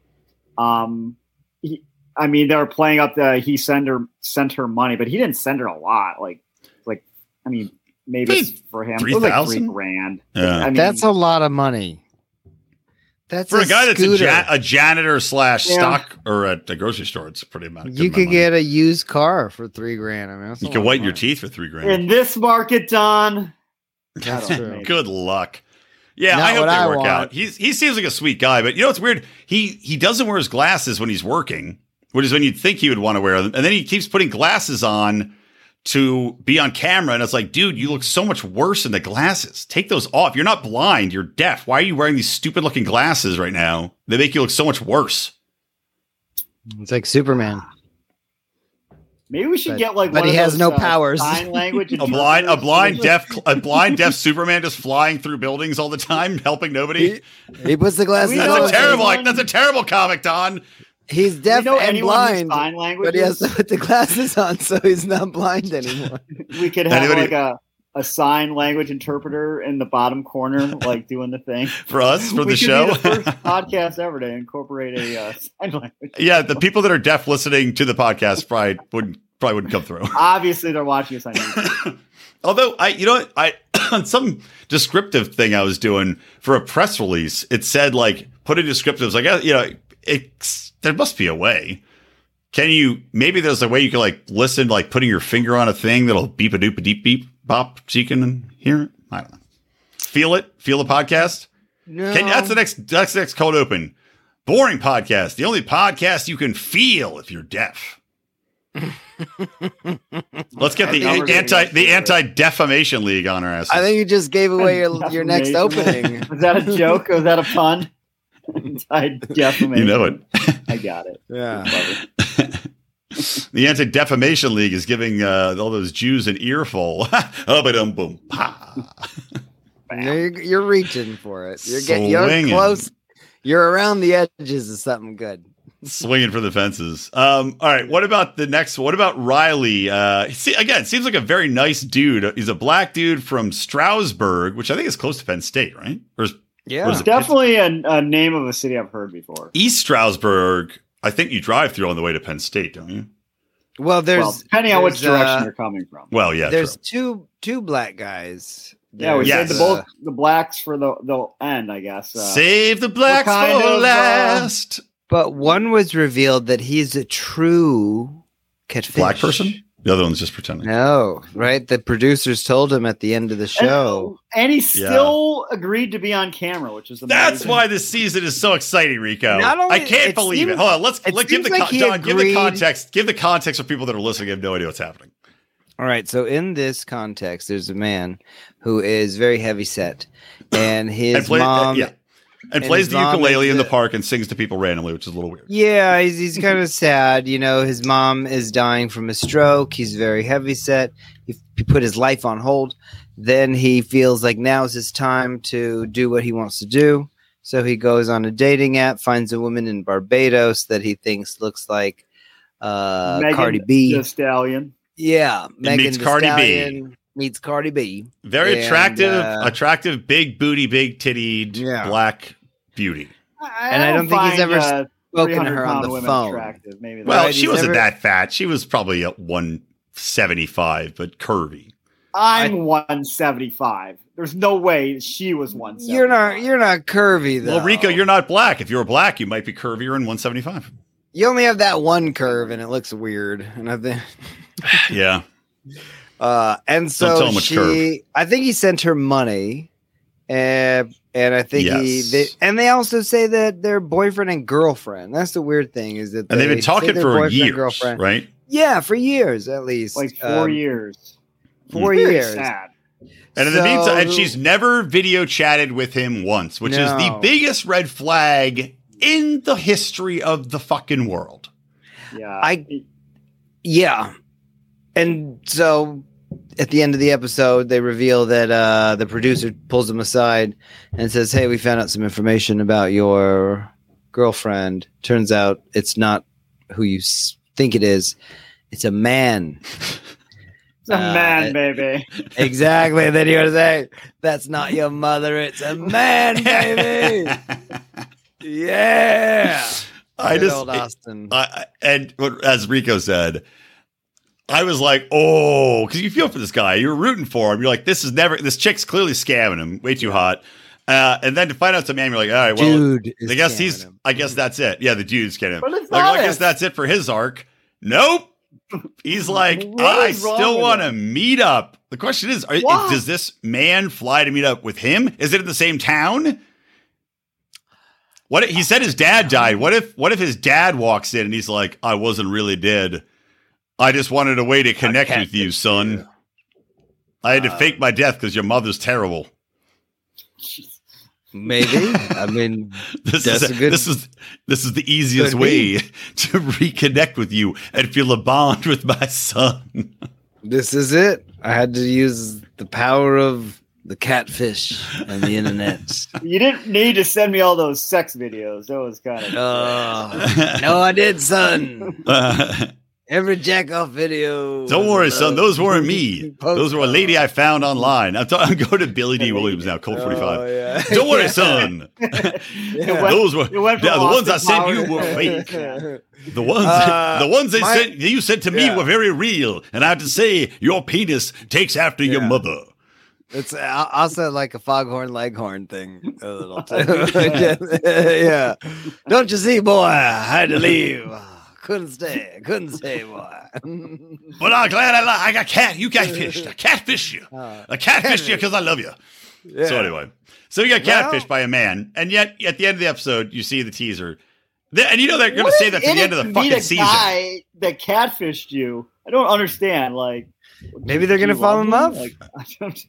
[SPEAKER 2] Um, he, I mean, they were playing up the he sent her sent her money, but he didn't send her a lot. Like, like I mean, maybe
[SPEAKER 1] Hey, Uh,
[SPEAKER 2] it's for him, it was like three
[SPEAKER 1] 3,000?
[SPEAKER 2] grand.
[SPEAKER 1] Yeah.
[SPEAKER 2] I mean,
[SPEAKER 3] that's a lot of money. That's
[SPEAKER 1] For a, guy that's a,
[SPEAKER 3] scooter.
[SPEAKER 1] ja- a janitor slash
[SPEAKER 2] Yeah.
[SPEAKER 1] stock or at a grocery store, it's a pretty amount. good
[SPEAKER 3] you
[SPEAKER 1] amount of
[SPEAKER 3] could
[SPEAKER 1] money.
[SPEAKER 3] get a used car for three grand. I mean, that's a
[SPEAKER 1] you
[SPEAKER 3] lot
[SPEAKER 1] can
[SPEAKER 3] of
[SPEAKER 1] whiten your
[SPEAKER 3] money.
[SPEAKER 1] teeth for three grand.
[SPEAKER 2] in this market, Don.
[SPEAKER 3] That's
[SPEAKER 2] I don't
[SPEAKER 3] true.
[SPEAKER 2] know.
[SPEAKER 1] Good luck. Yeah,
[SPEAKER 3] Not
[SPEAKER 1] I hope
[SPEAKER 3] what
[SPEAKER 1] they
[SPEAKER 3] I
[SPEAKER 1] work
[SPEAKER 3] want.
[SPEAKER 1] out. He's he seems like a sweet guy, but you know what's weird? He he doesn't wear his glasses when he's working, which is when you'd think he would want to wear them, and then he keeps putting glasses on to be on camera, and it's like, dude, you look so much worse in the glasses. Take those off. You're not blind. You're deaf. Why are you wearing these stupid looking glasses right now? They make you look so much worse.
[SPEAKER 3] It's like Superman.
[SPEAKER 2] Maybe we should
[SPEAKER 3] But-
[SPEAKER 2] get like.
[SPEAKER 3] but
[SPEAKER 2] one
[SPEAKER 3] he
[SPEAKER 2] of
[SPEAKER 3] has
[SPEAKER 2] those,
[SPEAKER 3] no
[SPEAKER 2] uh,
[SPEAKER 3] powers.
[SPEAKER 2] Sign language.
[SPEAKER 1] A blind, a
[SPEAKER 2] interpreters.
[SPEAKER 1] blind, deaf, a blind, deaf Superman just flying through buildings all the time, helping nobody.
[SPEAKER 3] He puts the glasses
[SPEAKER 2] We
[SPEAKER 1] That's
[SPEAKER 2] know
[SPEAKER 1] a
[SPEAKER 3] on.
[SPEAKER 1] terrible.
[SPEAKER 2] anyone-
[SPEAKER 1] that's a terrible comic, Don.
[SPEAKER 3] He's
[SPEAKER 2] Do you
[SPEAKER 3] deaf
[SPEAKER 2] know
[SPEAKER 3] and
[SPEAKER 2] anyone who's
[SPEAKER 3] blind,
[SPEAKER 2] Sign language.
[SPEAKER 3] but he has to put the glasses on so he's not blind anymore.
[SPEAKER 2] we could have
[SPEAKER 1] Anybody-
[SPEAKER 2] like a, a sign language interpreter in the bottom corner, like doing the thing
[SPEAKER 1] For us, for
[SPEAKER 2] We
[SPEAKER 1] the
[SPEAKER 2] should
[SPEAKER 1] show.
[SPEAKER 2] be first podcast ever to incorporate a uh, sign language.
[SPEAKER 1] yeah, the people that are deaf listening to the podcast probably wouldn't probably wouldn't come through.
[SPEAKER 2] Obviously, they're watching us on YouTube.
[SPEAKER 1] Although I, you know, what? I on some descriptive thing I was doing for a press release, it said like put in descriptives. Like uh, you know, it's, there must be a way. Can you maybe there's a way you can like listen, like putting your finger on a thing that'll beep a doop a deep beep bop so you can hear it. I don't know. Feel it, feel the podcast.
[SPEAKER 3] No,
[SPEAKER 1] Can, that's the next that's the next cold open. Boring podcast, the only podcast you can feel if you're deaf. Let's get
[SPEAKER 3] I
[SPEAKER 1] the
[SPEAKER 3] think we're
[SPEAKER 1] anti
[SPEAKER 2] getting
[SPEAKER 1] the
[SPEAKER 2] off
[SPEAKER 1] anti defamation league on our ass.
[SPEAKER 3] I think you just gave away your your next
[SPEAKER 2] Defamation.
[SPEAKER 3] opening.
[SPEAKER 2] Was that a joke? Was that a pun? I definitely.
[SPEAKER 1] you know it.
[SPEAKER 2] I got it.
[SPEAKER 3] Yeah,
[SPEAKER 2] Love
[SPEAKER 1] The anti defamation league is giving uh, all those Jews an earful. dum boom pa.
[SPEAKER 3] you're, you're reaching for it. You're getting
[SPEAKER 1] Swinging.
[SPEAKER 3] you're close. You're around the edges of something good.
[SPEAKER 1] swinging for the fences. Um, all right, what about the next? What about Riley? Uh, see, again, seems like a very nice dude. He's a black dude from Stroudsburg, which I think is close to Penn State, right? Or is
[SPEAKER 3] Yeah,
[SPEAKER 1] Where's
[SPEAKER 2] it. Definitely a, a name of a city I've heard before.
[SPEAKER 1] East Stroudsburg, I think you drive through on the way to Penn State, don't you?
[SPEAKER 3] well, there's
[SPEAKER 2] well, depending on which
[SPEAKER 3] there's,
[SPEAKER 2] direction
[SPEAKER 3] uh,
[SPEAKER 2] you're coming from.
[SPEAKER 1] Well, yeah,
[SPEAKER 3] there's
[SPEAKER 1] true.
[SPEAKER 3] two two black guys. uh,
[SPEAKER 2] Yeah, we
[SPEAKER 1] Yes.
[SPEAKER 2] said the both the blacks for the the end, I guess. Uh,
[SPEAKER 1] Save the blacks
[SPEAKER 2] what kind
[SPEAKER 1] for
[SPEAKER 2] of, uh,
[SPEAKER 1] last.
[SPEAKER 3] But one was revealed that he's a true catfish.
[SPEAKER 1] Black person? The other one's just pretending.
[SPEAKER 3] No, right? The producers told him at the end of the
[SPEAKER 2] and-
[SPEAKER 3] show.
[SPEAKER 2] and, he still agreed to be on camera, which is amazing.
[SPEAKER 1] That's why this season is so exciting, Rico.
[SPEAKER 3] Not only-
[SPEAKER 1] I can't
[SPEAKER 3] it
[SPEAKER 1] believe it.
[SPEAKER 3] seems-
[SPEAKER 1] Hold on, let's
[SPEAKER 3] it
[SPEAKER 1] let give the
[SPEAKER 3] seems
[SPEAKER 1] con-
[SPEAKER 3] like he
[SPEAKER 1] Don, give the
[SPEAKER 3] agreed-
[SPEAKER 1] context. Give the context for people that are listening. have no idea what's happening.
[SPEAKER 3] All right, so in this context, there's a man who is very heavy set, and his
[SPEAKER 1] and
[SPEAKER 2] uh,
[SPEAKER 1] play,
[SPEAKER 3] mom.
[SPEAKER 1] yeah, and,
[SPEAKER 3] and
[SPEAKER 1] plays
[SPEAKER 3] his
[SPEAKER 1] the
[SPEAKER 3] mom
[SPEAKER 1] ukulele
[SPEAKER 3] is
[SPEAKER 1] in the
[SPEAKER 3] the-
[SPEAKER 1] park and sings to people randomly, which is a little weird.
[SPEAKER 3] Yeah, he's, he's kind of sad. You know, his mom is dying from a stroke. He's very heavy set. He, he put his life on hold. Then he feels like now is his time to do what he wants to do. So he goes on a dating app, finds a woman in Barbados that he thinks looks like uh,
[SPEAKER 2] Megan
[SPEAKER 3] Cardi B.
[SPEAKER 2] The stallion.
[SPEAKER 3] yeah,
[SPEAKER 1] meets Cardi B.
[SPEAKER 3] B. Meets Cardi B.
[SPEAKER 1] Very
[SPEAKER 3] And,
[SPEAKER 1] attractive,
[SPEAKER 3] uh,
[SPEAKER 1] attractive, big booty, big tittied
[SPEAKER 3] Yeah.
[SPEAKER 1] black beauty.
[SPEAKER 3] And I don't think he's ever
[SPEAKER 2] uh,
[SPEAKER 3] Spoken to
[SPEAKER 2] 300
[SPEAKER 3] her on
[SPEAKER 2] pound
[SPEAKER 3] the
[SPEAKER 2] women
[SPEAKER 3] phone.
[SPEAKER 2] Attractive, maybe
[SPEAKER 1] Well,
[SPEAKER 3] Right,
[SPEAKER 1] she
[SPEAKER 3] he's
[SPEAKER 1] wasn't
[SPEAKER 3] never-
[SPEAKER 1] that fat. She was probably at 175, but curvy.
[SPEAKER 2] I'm 175. There's no way she was 175.
[SPEAKER 3] You're not. You're not curvy though.
[SPEAKER 1] Well, Rico, you're not black. If you were black, you might be curvier in 175.
[SPEAKER 3] You only have that one curve, and it looks weird. And I think.
[SPEAKER 1] yeah.
[SPEAKER 3] Uh, and
[SPEAKER 1] Don't tell
[SPEAKER 3] so
[SPEAKER 1] him which
[SPEAKER 3] she,
[SPEAKER 1] curve.
[SPEAKER 3] I think he sent her money, and and I think he,
[SPEAKER 1] Yes.
[SPEAKER 3] they, and they also say that their boyfriend and girlfriend. That's the weird thing is that
[SPEAKER 1] And they've
[SPEAKER 3] they
[SPEAKER 1] been
[SPEAKER 3] say
[SPEAKER 1] talking
[SPEAKER 3] they're
[SPEAKER 1] for
[SPEAKER 3] boyfriend,
[SPEAKER 1] years,
[SPEAKER 3] girlfriend.
[SPEAKER 1] right?
[SPEAKER 3] Yeah, for years at least,
[SPEAKER 2] like four
[SPEAKER 3] Um,
[SPEAKER 2] years.
[SPEAKER 3] Four
[SPEAKER 2] Very
[SPEAKER 3] years.
[SPEAKER 2] Sad.
[SPEAKER 1] And in the
[SPEAKER 3] So-
[SPEAKER 1] meantime, and she's never video chatted with him once, which is the
[SPEAKER 3] No.
[SPEAKER 1] biggest red flag in the history of the fucking world.
[SPEAKER 2] Yeah.
[SPEAKER 3] I- Yeah, and so at the end of the episode, they reveal that uh, the producer pulls them aside and says, "Hey, we found out some information about your girlfriend. Turns out it's not who you s- think it is. It's a man."
[SPEAKER 2] it's a
[SPEAKER 3] uh,
[SPEAKER 2] man, baby.
[SPEAKER 3] Exactly. And then you would say, "That's not your mother. It's a man, baby." yeah.
[SPEAKER 1] I
[SPEAKER 3] Good
[SPEAKER 1] just
[SPEAKER 3] old Austin.
[SPEAKER 1] I, I- and what- as Rico said, I was like, oh, because you feel for this guy. You're rooting for him. You're like, this is never. This chick's clearly scamming him. Way too hot. Uh, and then to find out it's a man, you're like, all right, well,
[SPEAKER 3] Dude, is
[SPEAKER 1] I guess
[SPEAKER 3] scamming
[SPEAKER 1] he's.
[SPEAKER 3] him.
[SPEAKER 1] I guess that's it. Yeah, the dude's getting him.
[SPEAKER 2] But
[SPEAKER 1] Like,
[SPEAKER 2] it's
[SPEAKER 1] well,
[SPEAKER 2] not.
[SPEAKER 1] I guess
[SPEAKER 2] it.
[SPEAKER 1] that's it for his arc. Nope. He's like,
[SPEAKER 2] What
[SPEAKER 1] I
[SPEAKER 2] is wrong
[SPEAKER 1] still
[SPEAKER 2] with
[SPEAKER 1] want to meet up. The question is, are,
[SPEAKER 2] Why?
[SPEAKER 1] does this man fly to meet up with him? Is it in the same town? What if, he said his dad died. What if what if his dad walks in and he's like, I wasn't really dead. I just wanted a way to connect with you, son. I had to
[SPEAKER 3] Uh,
[SPEAKER 1] fake my death because your mother's terrible.
[SPEAKER 3] Maybe. I mean,
[SPEAKER 1] This
[SPEAKER 3] That's
[SPEAKER 1] is
[SPEAKER 3] a good-
[SPEAKER 1] this is this is the easiest
[SPEAKER 3] Could
[SPEAKER 1] way
[SPEAKER 3] be.
[SPEAKER 1] to reconnect with you and feel a bond with my son.
[SPEAKER 3] this is it. I had to use the power of the catfish and the internet.
[SPEAKER 2] You didn't need to send me all those sex videos. That was kind of.
[SPEAKER 3] Oh, no, I did, son.
[SPEAKER 1] Uh,
[SPEAKER 3] Every jack off video.
[SPEAKER 1] don't
[SPEAKER 3] was uh,
[SPEAKER 1] worry,
[SPEAKER 3] about-
[SPEAKER 1] son. Those weren't me. Those were a lady I found online. I'm, ta- I'm going to Billy D. Williams now, Cold 45.
[SPEAKER 3] Oh, yeah.
[SPEAKER 1] Don't worry, son.
[SPEAKER 3] Yeah.
[SPEAKER 1] Those were
[SPEAKER 2] It went from
[SPEAKER 1] Yeah, the ones I
[SPEAKER 2] Austin
[SPEAKER 1] sent you
[SPEAKER 2] Powers-
[SPEAKER 1] were fake.
[SPEAKER 2] Yeah.
[SPEAKER 1] The ones,
[SPEAKER 3] Uh,
[SPEAKER 1] the ones they
[SPEAKER 3] my-
[SPEAKER 1] sent you sent to me
[SPEAKER 3] yeah.
[SPEAKER 1] were very real, and I have to say, your penis takes after your
[SPEAKER 3] Yeah.
[SPEAKER 1] mother.
[SPEAKER 3] It's al- also like a foghorn leghorn thing. A little too. yeah. Don't you see, boy? I had to leave. Couldn't stay. Couldn't stay, boy.
[SPEAKER 1] But I'm glad I, li- I got cat. You catfished. I catfished you.
[SPEAKER 3] Uh,
[SPEAKER 1] I catfished you because I love you.
[SPEAKER 3] yeah.
[SPEAKER 1] So anyway, so you got
[SPEAKER 3] Well-
[SPEAKER 1] catfished by a man, and yet at the end of the episode, you see the teaser, Th- and you know they're going
[SPEAKER 2] What
[SPEAKER 1] to say
[SPEAKER 2] is
[SPEAKER 1] that to
[SPEAKER 2] in
[SPEAKER 1] the end
[SPEAKER 2] it
[SPEAKER 1] of
[SPEAKER 2] to
[SPEAKER 1] the
[SPEAKER 2] meet
[SPEAKER 1] fucking
[SPEAKER 2] a
[SPEAKER 1] season.
[SPEAKER 2] Guy that catfished you. I don't understand. Like
[SPEAKER 3] Maybe they're
[SPEAKER 2] do you
[SPEAKER 3] gonna fall in
[SPEAKER 2] love
[SPEAKER 3] love.
[SPEAKER 2] me? Like, I don't-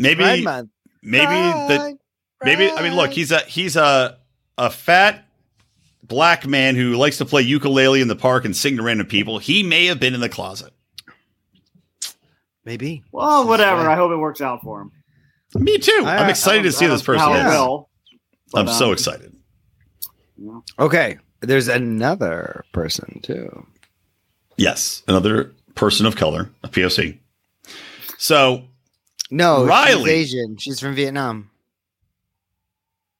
[SPEAKER 1] Maybe,
[SPEAKER 3] Pride
[SPEAKER 1] maybe
[SPEAKER 3] month.
[SPEAKER 1] the maybe. I mean, look, he's a he's a a fat black man who likes to play ukulele in the park and sing to random people. He may have been in the closet.
[SPEAKER 3] maybe.
[SPEAKER 2] well, whatever.
[SPEAKER 3] right.
[SPEAKER 2] I hope it works out for him.
[SPEAKER 1] Me too.
[SPEAKER 3] I-
[SPEAKER 1] I, am
[SPEAKER 3] I
[SPEAKER 1] excited to see
[SPEAKER 2] I don't
[SPEAKER 1] this person.
[SPEAKER 2] know
[SPEAKER 1] is.
[SPEAKER 2] How it will,
[SPEAKER 1] I'm
[SPEAKER 2] but,
[SPEAKER 1] so
[SPEAKER 2] um,
[SPEAKER 1] excited.
[SPEAKER 2] you know.
[SPEAKER 3] Okay. There's another person too.
[SPEAKER 1] Yes, another person of color, a POC. So,
[SPEAKER 3] No,
[SPEAKER 1] Riley.
[SPEAKER 3] She's Asian. She's from Vietnam.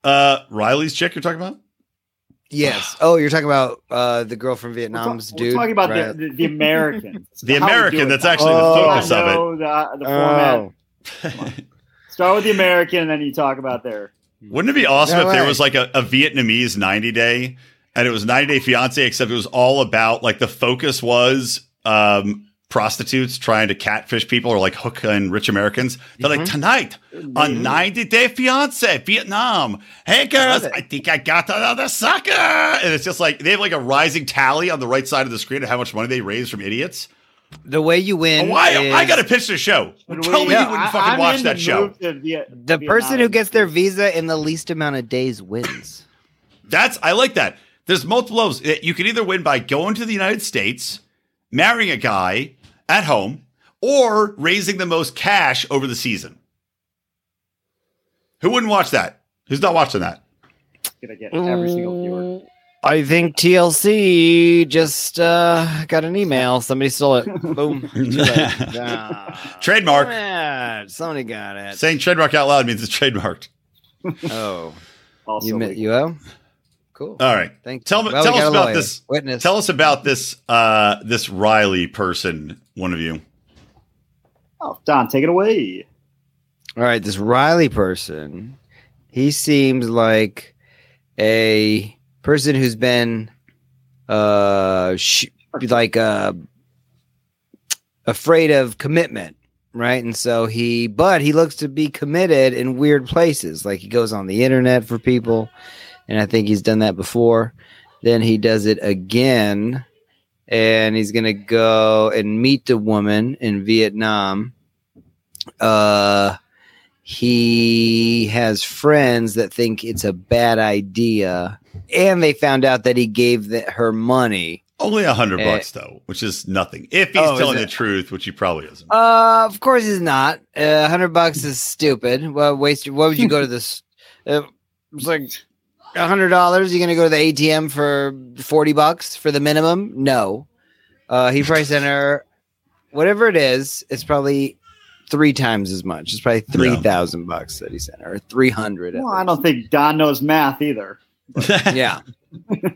[SPEAKER 1] uh, Riley's chick you're talking about?
[SPEAKER 3] Yes. Oh, you're talking about uh, the girl from
[SPEAKER 2] We're, ta-
[SPEAKER 3] Vietnam's
[SPEAKER 2] we're
[SPEAKER 3] dude.
[SPEAKER 2] talking about
[SPEAKER 3] right?
[SPEAKER 2] the, the, the American.
[SPEAKER 1] The
[SPEAKER 2] How we do
[SPEAKER 1] American
[SPEAKER 2] it.
[SPEAKER 1] that's actually
[SPEAKER 3] the
[SPEAKER 2] Oh,
[SPEAKER 3] focus
[SPEAKER 2] I
[SPEAKER 1] of it.
[SPEAKER 2] know The, the format.
[SPEAKER 3] Oh,
[SPEAKER 2] Start with the American, and then you talk about their.
[SPEAKER 1] Wouldn't it be awesome
[SPEAKER 3] No
[SPEAKER 1] if there
[SPEAKER 3] way.
[SPEAKER 1] was like a, a Vietnamese 90 day and it was 90 day fiance, except it was all about like the focus was um, prostitutes trying to catfish people or like hook and rich Americans. They're
[SPEAKER 3] Mhm.
[SPEAKER 1] like, tonight
[SPEAKER 2] Mm-hmm.
[SPEAKER 1] on 90 day fiance, Vietnam. Hey girls,
[SPEAKER 3] it.
[SPEAKER 1] I think I got another sucker. And it's just like they have like a rising tally on the right side of the screen of how much money they raised from idiots.
[SPEAKER 3] the way you win.
[SPEAKER 1] Oh, Why? I
[SPEAKER 3] is-
[SPEAKER 1] got to pitch the show.
[SPEAKER 2] When
[SPEAKER 1] Tell
[SPEAKER 2] we-
[SPEAKER 1] me
[SPEAKER 2] yeah,
[SPEAKER 1] you wouldn't
[SPEAKER 2] I-
[SPEAKER 1] fucking
[SPEAKER 2] I'm
[SPEAKER 1] watch
[SPEAKER 2] in
[SPEAKER 1] that
[SPEAKER 2] the
[SPEAKER 1] show.
[SPEAKER 2] move to Viet-
[SPEAKER 3] The person who
[SPEAKER 2] Vietnam.
[SPEAKER 3] gets their visa in the least amount of days wins.
[SPEAKER 1] That's I like that. There's multiple levels. Eh, You can either win by going to the United States, marrying a guy at home, or raising the most cash over the season. Who wouldn't watch that? Who's not watching that?
[SPEAKER 2] gonna get every single viewer.
[SPEAKER 3] Mm. I think TLC just uh, got an email. Somebody stole it. Boom. Too late. Ah.
[SPEAKER 1] Trademark.
[SPEAKER 3] Yeah, somebody got it.
[SPEAKER 1] Saying trademark out loud means it's trademarked.
[SPEAKER 3] Oh,
[SPEAKER 2] Also,
[SPEAKER 3] you met
[SPEAKER 2] legal.
[SPEAKER 3] you oh? Cool.
[SPEAKER 1] All right.
[SPEAKER 3] Thank.
[SPEAKER 1] Uh, tell me-
[SPEAKER 3] you. Well, we
[SPEAKER 1] tell us
[SPEAKER 3] got a
[SPEAKER 1] about
[SPEAKER 3] lawyer.
[SPEAKER 1] this-
[SPEAKER 3] Witness.
[SPEAKER 1] Tell us about this uh this Riley person, one of you.
[SPEAKER 2] Oh, Don, take it away.
[SPEAKER 3] All right, this Riley person, he seems like a person who's been, uh, sh- like uh, afraid of commitment, right? And so he, but he looks to be committed in weird places. Like he goes on the internet for people, and I think he's done that before. Then he does it again, and he's gonna go and meet the woman in Vietnam. Uh, he has friends that think it's a bad idea, and they found out that he gave the, her money.
[SPEAKER 1] Only a hundred
[SPEAKER 3] Eh.
[SPEAKER 1] bucks though, which is nothing. If he's
[SPEAKER 3] Oh, is
[SPEAKER 1] telling the
[SPEAKER 3] it?
[SPEAKER 1] truth, which he probably isn't.
[SPEAKER 3] Uh, of course he's not. Uh, hundred bucks is stupid. Well, waste. Why would you go to this? Uh, it's like a hundred dollars. You're gonna go to the ATM for forty bucks for the minimum? No. Uh, he probably sent her whatever it is. It's probably three times as much. It's probably three thousand bucks that he sent her. Three hundred.
[SPEAKER 2] Well, I don't think Don knows math either.
[SPEAKER 3] Yeah.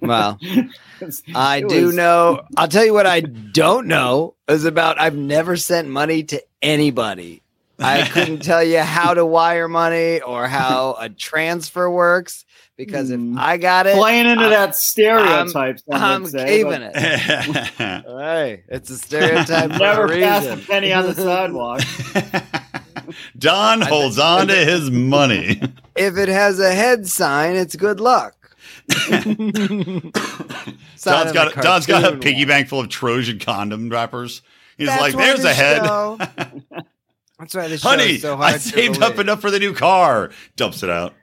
[SPEAKER 3] well, I
[SPEAKER 2] It
[SPEAKER 3] do
[SPEAKER 2] was-
[SPEAKER 3] know. I'll tell you what I don't know is about I've never sent money to anybody. I couldn't tell you how to wire money or how a transfer works because if
[SPEAKER 2] Hmm.
[SPEAKER 3] I got it,
[SPEAKER 2] Playing into
[SPEAKER 3] I-
[SPEAKER 2] that stereotype,
[SPEAKER 3] I'm caving it. Hey, it's a stereotype. for a
[SPEAKER 2] Never pass a
[SPEAKER 3] reason.
[SPEAKER 2] penny on the sidewalk.
[SPEAKER 1] Don holds on to his money.
[SPEAKER 3] If it has a head sign, it's good luck.
[SPEAKER 1] Don's
[SPEAKER 3] Don's
[SPEAKER 1] got a, Don's got a piggy bank full of Trojan condom wrappers. He's like, "There's a head,
[SPEAKER 3] That's why this show
[SPEAKER 1] honey.
[SPEAKER 3] is so hard
[SPEAKER 1] I
[SPEAKER 3] to
[SPEAKER 1] saved up
[SPEAKER 3] believe.
[SPEAKER 1] enough for the new car." Dumps it out.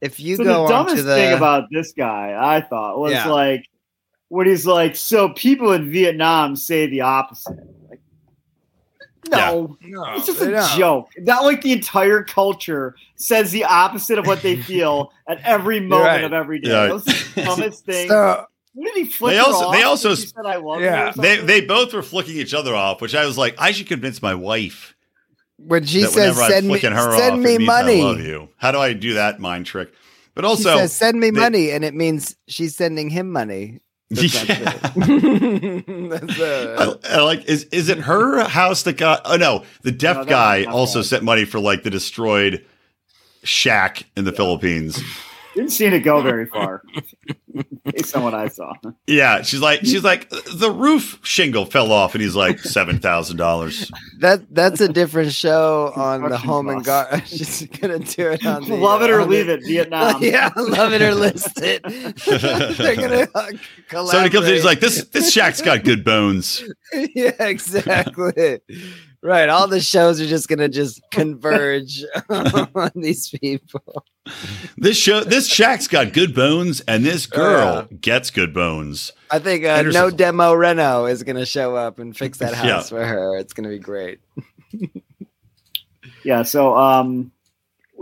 [SPEAKER 3] If you
[SPEAKER 2] so
[SPEAKER 3] go
[SPEAKER 2] the
[SPEAKER 3] on to
[SPEAKER 2] dumbest
[SPEAKER 3] the
[SPEAKER 2] thing about this guy, I thought, was
[SPEAKER 3] Yeah.
[SPEAKER 2] like when he's like, "So people in Vietnam say the opposite." Like, no,
[SPEAKER 4] No,
[SPEAKER 2] it's just
[SPEAKER 3] they
[SPEAKER 2] a
[SPEAKER 3] don't.
[SPEAKER 2] joke. Not like the entire culture says the opposite of what they feel at every moment
[SPEAKER 3] right.
[SPEAKER 2] of every day.
[SPEAKER 1] Yeah.
[SPEAKER 2] That was the dumbest thing.
[SPEAKER 4] so,
[SPEAKER 2] When did he flip
[SPEAKER 1] They
[SPEAKER 2] her
[SPEAKER 1] also-
[SPEAKER 2] off?
[SPEAKER 1] they also-
[SPEAKER 2] When she said, "I love you" or
[SPEAKER 4] Yeah. They-
[SPEAKER 1] They
[SPEAKER 2] something?
[SPEAKER 1] they both were flicking each other off, which I was like, I should convince my wife
[SPEAKER 3] when she
[SPEAKER 1] that
[SPEAKER 3] says
[SPEAKER 1] whenever
[SPEAKER 3] send
[SPEAKER 1] I'm
[SPEAKER 3] me
[SPEAKER 1] flicking her off,
[SPEAKER 3] send
[SPEAKER 1] it
[SPEAKER 3] me
[SPEAKER 1] means I love
[SPEAKER 3] money.
[SPEAKER 1] you. How do I do that mind trick? But
[SPEAKER 3] She
[SPEAKER 1] also,
[SPEAKER 3] says send me
[SPEAKER 1] they-
[SPEAKER 3] money and it means she's sending him money. That's not
[SPEAKER 1] Yeah.
[SPEAKER 3] true. That's, uh,
[SPEAKER 1] I, I like is is it her house that got? Oh no, the deaf
[SPEAKER 2] No, that
[SPEAKER 1] guy
[SPEAKER 2] was my
[SPEAKER 1] also
[SPEAKER 2] bad.
[SPEAKER 1] sent money for like the destroyed shack in the Philippines.
[SPEAKER 2] didn't seem to go very far, based on what I saw.
[SPEAKER 1] Yeah, she's like she's like the roof shingle fell off, and he's like seven thousand dollars.
[SPEAKER 3] that that's a different show on the
[SPEAKER 2] Construction
[SPEAKER 3] Home and
[SPEAKER 2] costs.
[SPEAKER 3] Garden. she's gonna do it on the,
[SPEAKER 2] Love
[SPEAKER 3] uh,
[SPEAKER 2] it or
[SPEAKER 3] on
[SPEAKER 2] leave
[SPEAKER 3] the-
[SPEAKER 2] it, Vietnam.
[SPEAKER 3] yeah, love it or list it. They're gonna uh, collaborate.
[SPEAKER 1] So he comes in, he's like this this shack's got good bones.
[SPEAKER 3] yeah, exactly. right. All the shows are just gonna just converge on these people.
[SPEAKER 1] This show this shack's got good bones, and this
[SPEAKER 2] Oh,
[SPEAKER 1] girl gets good bones.
[SPEAKER 3] I think uh, no
[SPEAKER 1] Anderson.
[SPEAKER 3] demo Reno is gonna show up and fix that
[SPEAKER 1] Yeah.
[SPEAKER 3] house for her. It's gonna be great.
[SPEAKER 2] Yeah. So, um,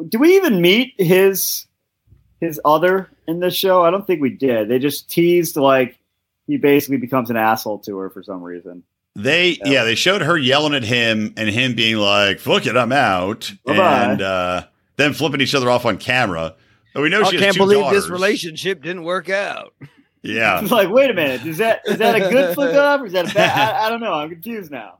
[SPEAKER 2] do we even meet his his other in this show? I don't think we did. They just teased like he basically becomes an asshole to her for some reason.
[SPEAKER 1] They
[SPEAKER 2] Yeah.
[SPEAKER 1] yeah, they showed her yelling at him and him being like, "Fuck it, I'm out,"
[SPEAKER 2] Bye-bye.
[SPEAKER 1] and uh, then flipping each other off on camera. And we know
[SPEAKER 3] Oh,
[SPEAKER 1] she has two daughters.
[SPEAKER 3] relationship didn't work out.
[SPEAKER 1] Yeah,
[SPEAKER 2] It's like, wait a minute, is that is that a good flip up or is that a bad? I, I don't know. I'm confused now.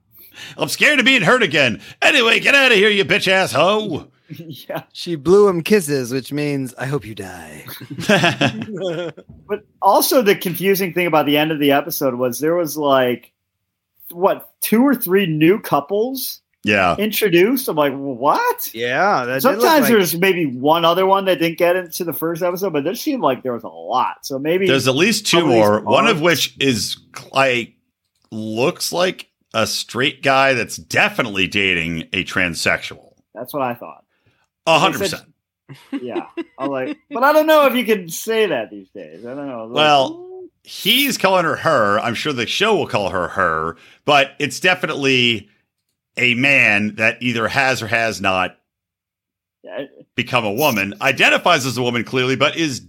[SPEAKER 1] I'm scared of being hurt again. Anyway, get out of here, you bitch ass hoe.
[SPEAKER 2] yeah.
[SPEAKER 3] She blew him kisses, which means I hope you die.
[SPEAKER 2] But also, the confusing thing about the end of the episode was there was like what two or three new couples
[SPEAKER 1] yeah,
[SPEAKER 2] introduced. I'm like, what?
[SPEAKER 3] Yeah, that
[SPEAKER 2] Sometimes there's maybe one other one that didn't get into the first episode, but there seemed like there was a lot. So maybe
[SPEAKER 1] there's at least two
[SPEAKER 2] Somebody's
[SPEAKER 1] more. One
[SPEAKER 2] mom.
[SPEAKER 1] of which is like looks like a straight guy that's definitely dating a transsexual.
[SPEAKER 2] that's what I thought.
[SPEAKER 1] A
[SPEAKER 2] They
[SPEAKER 1] hundred
[SPEAKER 2] said-
[SPEAKER 1] percent.
[SPEAKER 2] Yeah, I'm like, but I don't know if you can say that these days. I don't know. I was like,
[SPEAKER 1] Well, he's calling her her. I'm sure the show will call her her, but it's definitely a man that either has or has not
[SPEAKER 2] yeah,
[SPEAKER 1] become a woman, identifies as a woman clearly, but is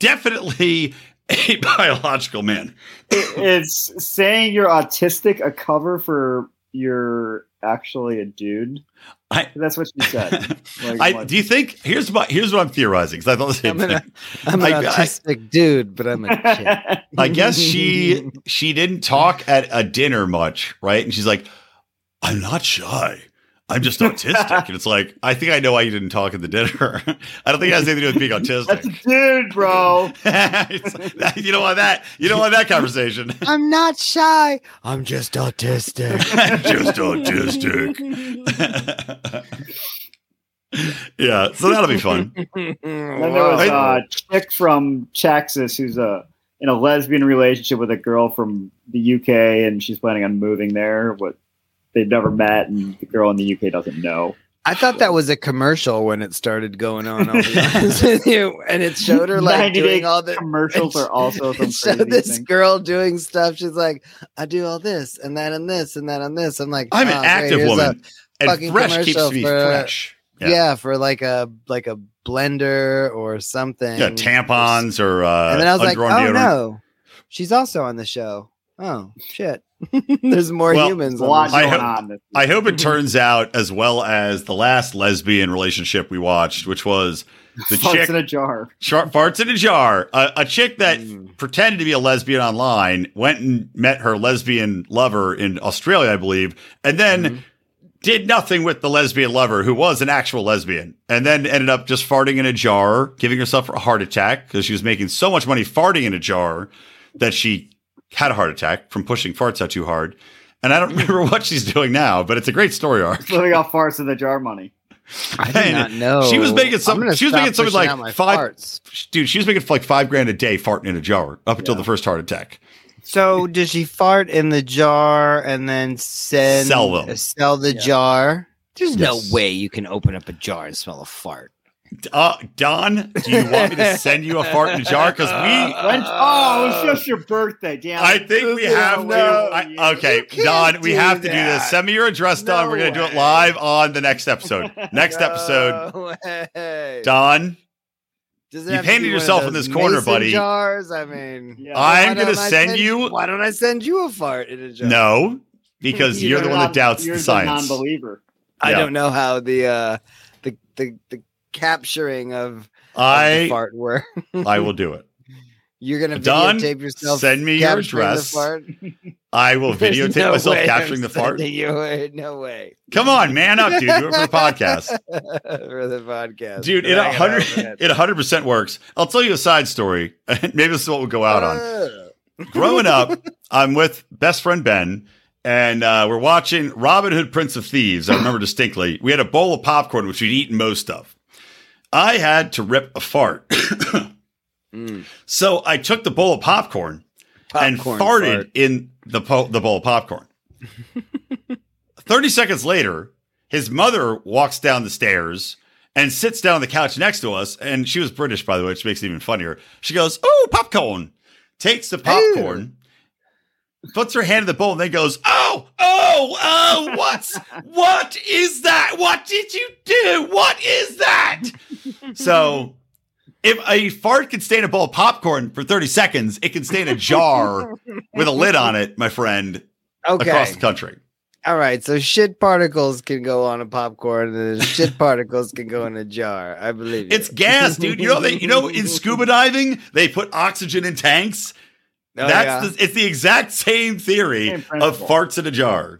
[SPEAKER 1] definitely a biological man.
[SPEAKER 2] it's saying you're autistic a cover for you're actually a dude.
[SPEAKER 1] I-
[SPEAKER 2] that's what you said. Like,
[SPEAKER 1] I
[SPEAKER 2] what-
[SPEAKER 1] do you think here's what here's what I'm theorizing because I thought the same
[SPEAKER 3] I'm, an,
[SPEAKER 1] thing.
[SPEAKER 3] I'm an
[SPEAKER 1] I- I-
[SPEAKER 3] autistic dude, but I'm a chick.
[SPEAKER 1] I guess she she didn't talk at a dinner much, right? And she's like, "I'm not shy. I'm just autistic." and it's like, I think I know why you didn't talk at the dinner. I don't think it has anything to do with being
[SPEAKER 2] that's a
[SPEAKER 1] autistic.
[SPEAKER 2] dude, bro.
[SPEAKER 1] It's like, you don't want that. You don't want that conversation.
[SPEAKER 3] I'm not shy. I'm just autistic.
[SPEAKER 1] just autistic. yeah, so that'll be fun.
[SPEAKER 2] And then there was a
[SPEAKER 1] Oh, Wow.
[SPEAKER 2] uh, chick from Texas who's a in a lesbian relationship with a girl from the UK, and she's planning on moving there. But they've never met, and the girl in the UK doesn't know.
[SPEAKER 3] I thought that was a commercial when it started going on. I'll be honest with you. And it showed her like
[SPEAKER 2] 90
[SPEAKER 3] doing
[SPEAKER 2] day
[SPEAKER 3] all the
[SPEAKER 2] Commercials are also some
[SPEAKER 3] it showed
[SPEAKER 2] crazy
[SPEAKER 3] this
[SPEAKER 2] thing.
[SPEAKER 3] girl doing stuff. She's like, I do all this and that and this and that and this. I'm like,
[SPEAKER 1] I'm an
[SPEAKER 3] "Ah, great,
[SPEAKER 1] active
[SPEAKER 3] here's a-
[SPEAKER 1] woman, and
[SPEAKER 3] fucking
[SPEAKER 1] fresh keeps
[SPEAKER 3] commercial
[SPEAKER 1] me
[SPEAKER 3] for-
[SPEAKER 1] fresh.
[SPEAKER 3] yeah. for like a like a blender or something.
[SPEAKER 1] Yeah, tampons or uh,
[SPEAKER 3] and then I was like,
[SPEAKER 1] underarm deodorant.
[SPEAKER 3] oh no, she's also on the show. Oh shit, there's more
[SPEAKER 1] Well,
[SPEAKER 3] humans.
[SPEAKER 2] There's a lot
[SPEAKER 3] on
[SPEAKER 1] I
[SPEAKER 2] going
[SPEAKER 1] hope-
[SPEAKER 2] on. This
[SPEAKER 1] I hope it turns out as well as the last lesbian relationship we watched, which was the
[SPEAKER 2] farts
[SPEAKER 1] chick
[SPEAKER 2] in a jar.
[SPEAKER 1] Char- farts in a jar. A, a chick that
[SPEAKER 3] Mm.
[SPEAKER 1] pretended to be a lesbian online went and met her lesbian lover in Australia, I believe, and then
[SPEAKER 3] Mhm.
[SPEAKER 1] did nothing with the lesbian lover who was an actual lesbian, and then ended up just farting in a jar, giving herself a heart attack because she was making so much money farting in a jar that she had a heart attack from pushing farts out too hard. And I don't remember what she's doing now, but it's a great story arc.
[SPEAKER 2] Living off farts in the jar money.
[SPEAKER 3] I did not know
[SPEAKER 1] She was making some-
[SPEAKER 3] I'm gonna
[SPEAKER 1] she was making
[SPEAKER 3] stop
[SPEAKER 1] something like
[SPEAKER 3] pushing out my
[SPEAKER 1] five-
[SPEAKER 3] farts.
[SPEAKER 1] Dude, she was making like five grand a day farting in a jar up until
[SPEAKER 2] Yeah.
[SPEAKER 1] the first heart attack.
[SPEAKER 3] So does she fart in the jar and then send
[SPEAKER 1] Sell them.
[SPEAKER 3] uh, sell the
[SPEAKER 2] Yeah.
[SPEAKER 3] jar? There's
[SPEAKER 1] Yes.
[SPEAKER 3] no way you can open up a jar and smell a fart.
[SPEAKER 1] Uh, Don, do you want me to send you a fart in a jar? Because
[SPEAKER 3] Uh,
[SPEAKER 1] we,
[SPEAKER 2] When, oh, it's just your birthday, damn.
[SPEAKER 1] Uh, I
[SPEAKER 2] it.
[SPEAKER 1] think we have to.
[SPEAKER 2] No, you-
[SPEAKER 1] I, okay,
[SPEAKER 3] you can't
[SPEAKER 1] Don, we
[SPEAKER 3] do
[SPEAKER 1] have to do this.
[SPEAKER 3] that.
[SPEAKER 1] Send me your address, Don.
[SPEAKER 3] No
[SPEAKER 1] We're going to do it
[SPEAKER 3] way.
[SPEAKER 1] live on the next episode. Next episode,
[SPEAKER 3] No way.
[SPEAKER 1] Don.
[SPEAKER 3] Does it
[SPEAKER 1] you
[SPEAKER 3] have to be
[SPEAKER 1] painted
[SPEAKER 3] one of
[SPEAKER 1] yourself in
[SPEAKER 3] those
[SPEAKER 1] this corner,
[SPEAKER 3] mason
[SPEAKER 1] buddy.
[SPEAKER 3] Jars. I mean,
[SPEAKER 2] Yeah.
[SPEAKER 3] why
[SPEAKER 1] I'm gonna
[SPEAKER 3] don't I
[SPEAKER 1] send you-
[SPEAKER 3] Why don't I send you a fart in a jar?
[SPEAKER 1] No, because you're the one that
[SPEAKER 2] not-
[SPEAKER 1] doubts
[SPEAKER 2] you're
[SPEAKER 1] the science.
[SPEAKER 2] non-believer.
[SPEAKER 3] I
[SPEAKER 1] Yeah.
[SPEAKER 3] don't know how the uh, the the the capturing of, of the
[SPEAKER 1] I
[SPEAKER 3] fart work.
[SPEAKER 1] I will do it.
[SPEAKER 3] You're gonna
[SPEAKER 1] Don,
[SPEAKER 3] videotape yourself.
[SPEAKER 1] send me your
[SPEAKER 3] capturing the
[SPEAKER 1] address.
[SPEAKER 3] fart?
[SPEAKER 1] I will
[SPEAKER 3] There's
[SPEAKER 1] videotape
[SPEAKER 3] no
[SPEAKER 1] myself
[SPEAKER 3] way I'm
[SPEAKER 1] capturing the fart.
[SPEAKER 3] sending you a- no way
[SPEAKER 1] Come on, man up, dude. Do it for the podcast.
[SPEAKER 3] for the podcast,
[SPEAKER 1] Dude, it
[SPEAKER 3] But I gotta
[SPEAKER 1] hundred
[SPEAKER 3] open it.
[SPEAKER 1] it hundred percent works. I'll tell you a side story. Maybe this is what we'll go out on.
[SPEAKER 3] Ugh.
[SPEAKER 1] Growing up, I'm with best friend Ben, and uh, we're watching Robin Hood, Prince of Thieves. I remember distinctly. We had a bowl of popcorn, which we'd eaten most of. I had to rip a fart,
[SPEAKER 3] Mm.
[SPEAKER 1] so I took the bowl of popcorn and
[SPEAKER 3] Popcorn
[SPEAKER 1] farted
[SPEAKER 3] fart.
[SPEAKER 1] in the po- the bowl of popcorn. Thirty seconds later, his mother walks down the stairs and sits down on the couch next to us. And she was British, by the way, which makes it even funnier. She goes, "Oh, popcorn!" Takes the popcorn, puts her hand in the bowl, and then goes, "Oh, oh, oh! What's what is that? What did you do? What is that?" So. If a fart can stay in a bowl of popcorn for 30 seconds, it can stay in a jar with a lid on it, my friend, across
[SPEAKER 3] Okay,
[SPEAKER 1] the country.
[SPEAKER 3] all right. So shit particles can go on a popcorn, and then shit particles can go in a jar. I believe you.
[SPEAKER 1] It's gas, dude. You know they, you know in scuba diving, they put oxygen in tanks.
[SPEAKER 3] Oh,
[SPEAKER 1] That's
[SPEAKER 3] yeah.
[SPEAKER 1] the, it's the exact same theory
[SPEAKER 2] Same
[SPEAKER 1] of
[SPEAKER 2] principle.
[SPEAKER 1] farts in a jar.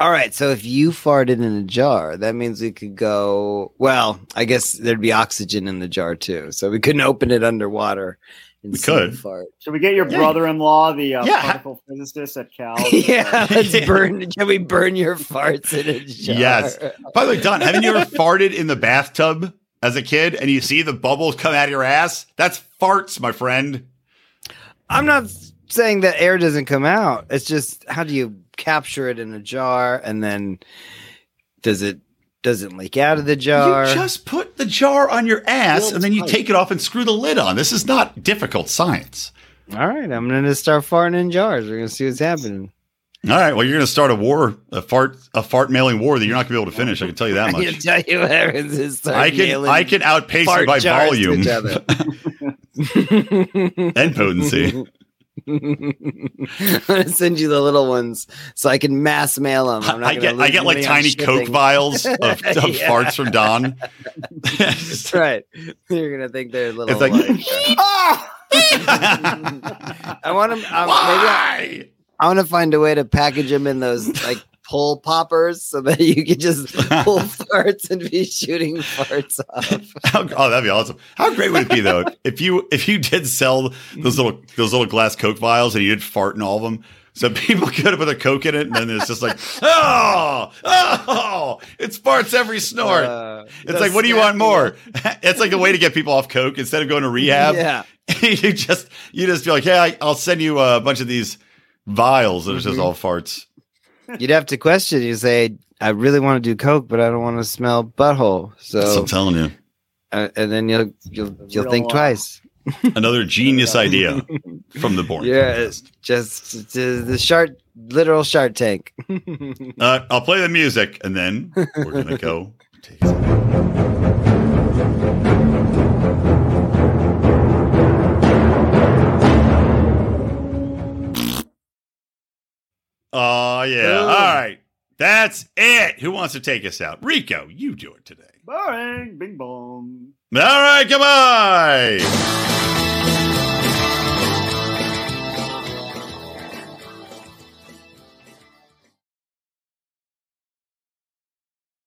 [SPEAKER 3] all right. So if you farted in a jar, that means we could go. Well, I guess there'd be oxygen in the jar too, so we couldn't open it underwater. And
[SPEAKER 1] We
[SPEAKER 3] see the
[SPEAKER 1] could.
[SPEAKER 3] fart.
[SPEAKER 2] Should we get your
[SPEAKER 1] Yeah.
[SPEAKER 2] brother-in-law, the uh,
[SPEAKER 1] Yeah.
[SPEAKER 2] particle physicist at Cal?
[SPEAKER 3] yeah, let's
[SPEAKER 1] Yeah.
[SPEAKER 3] burn. Can we burn your farts in a jar?
[SPEAKER 1] Yes. By the way, Don, haven't you ever farted in the bathtub as a kid and you see the bubbles come out of your ass? That's farts, my friend.
[SPEAKER 3] I'm not saying that air doesn't come out. It's just how do you capture it in a jar and then does it doesn't leak out of the jar?
[SPEAKER 1] You just put the jar on your ass
[SPEAKER 3] Real
[SPEAKER 1] and then you
[SPEAKER 3] tight.
[SPEAKER 1] take it off and screw the lid on. This is not difficult science.
[SPEAKER 3] All right, I'm gonna start farting in jars. We're gonna see what's happening.
[SPEAKER 1] All right, well, you're going to start a war, a fart, a fart mailing war that you're not going to be able to finish. I can tell you that
[SPEAKER 3] I
[SPEAKER 1] much.
[SPEAKER 3] can tell you what happens. is start
[SPEAKER 1] I can
[SPEAKER 3] nailing
[SPEAKER 1] I can outpace you
[SPEAKER 3] fart
[SPEAKER 1] by
[SPEAKER 3] jars to
[SPEAKER 1] volume
[SPEAKER 3] each other.
[SPEAKER 1] and potency.
[SPEAKER 3] I'm gonna send you the little ones so I can mass mail them. I'm not
[SPEAKER 1] I
[SPEAKER 3] gonna
[SPEAKER 1] get
[SPEAKER 3] lose
[SPEAKER 1] I get like
[SPEAKER 3] money on
[SPEAKER 1] tiny Coke
[SPEAKER 3] shipping.
[SPEAKER 1] vials of, of
[SPEAKER 3] Yeah.
[SPEAKER 1] farts from Don.
[SPEAKER 3] That's right. You're gonna think they're little.
[SPEAKER 1] like-
[SPEAKER 3] like,
[SPEAKER 2] Ah!
[SPEAKER 3] I want them. Um, maybe I-
[SPEAKER 1] Why?
[SPEAKER 3] I want to find a way to package them in those like pull poppers so that you could just pull farts and be shooting farts off.
[SPEAKER 1] How, oh, that'd be awesome. How great would it be though if you if you did sell those little those little glass Coke vials and you did fart in all of them, so people could put a Coke in it and then it's just like oh oh it farts every snort.
[SPEAKER 3] Uh,
[SPEAKER 1] it's
[SPEAKER 3] the
[SPEAKER 1] like what do you want
[SPEAKER 3] snapping
[SPEAKER 1] more? it's like a way to get people off Coke instead of going to rehab.
[SPEAKER 3] Yeah.
[SPEAKER 1] you just you just be like, yeah, I, I'll send you a bunch of these vials that are just
[SPEAKER 3] Mhm.
[SPEAKER 1] all farts.
[SPEAKER 3] You'd have to question. You say, I really want to do coke, but I don't want to smell butthole.
[SPEAKER 1] That's what
[SPEAKER 3] So,
[SPEAKER 1] I'm telling you,
[SPEAKER 3] uh, and then you'll you'll you'll
[SPEAKER 2] Real
[SPEAKER 3] think
[SPEAKER 2] life.
[SPEAKER 3] twice.
[SPEAKER 1] another genius idea from the board.
[SPEAKER 3] Yeah, it's just it's, uh, the shark, literal Shark Tank.
[SPEAKER 1] Uh, I'll play the music and then we're gonna go. Take it. Oh yeah.
[SPEAKER 3] Boom.
[SPEAKER 1] All right. That's it. Who wants to take us out? Rico, you do it today.
[SPEAKER 2] Boring, bing bong.
[SPEAKER 1] All right, goodbye.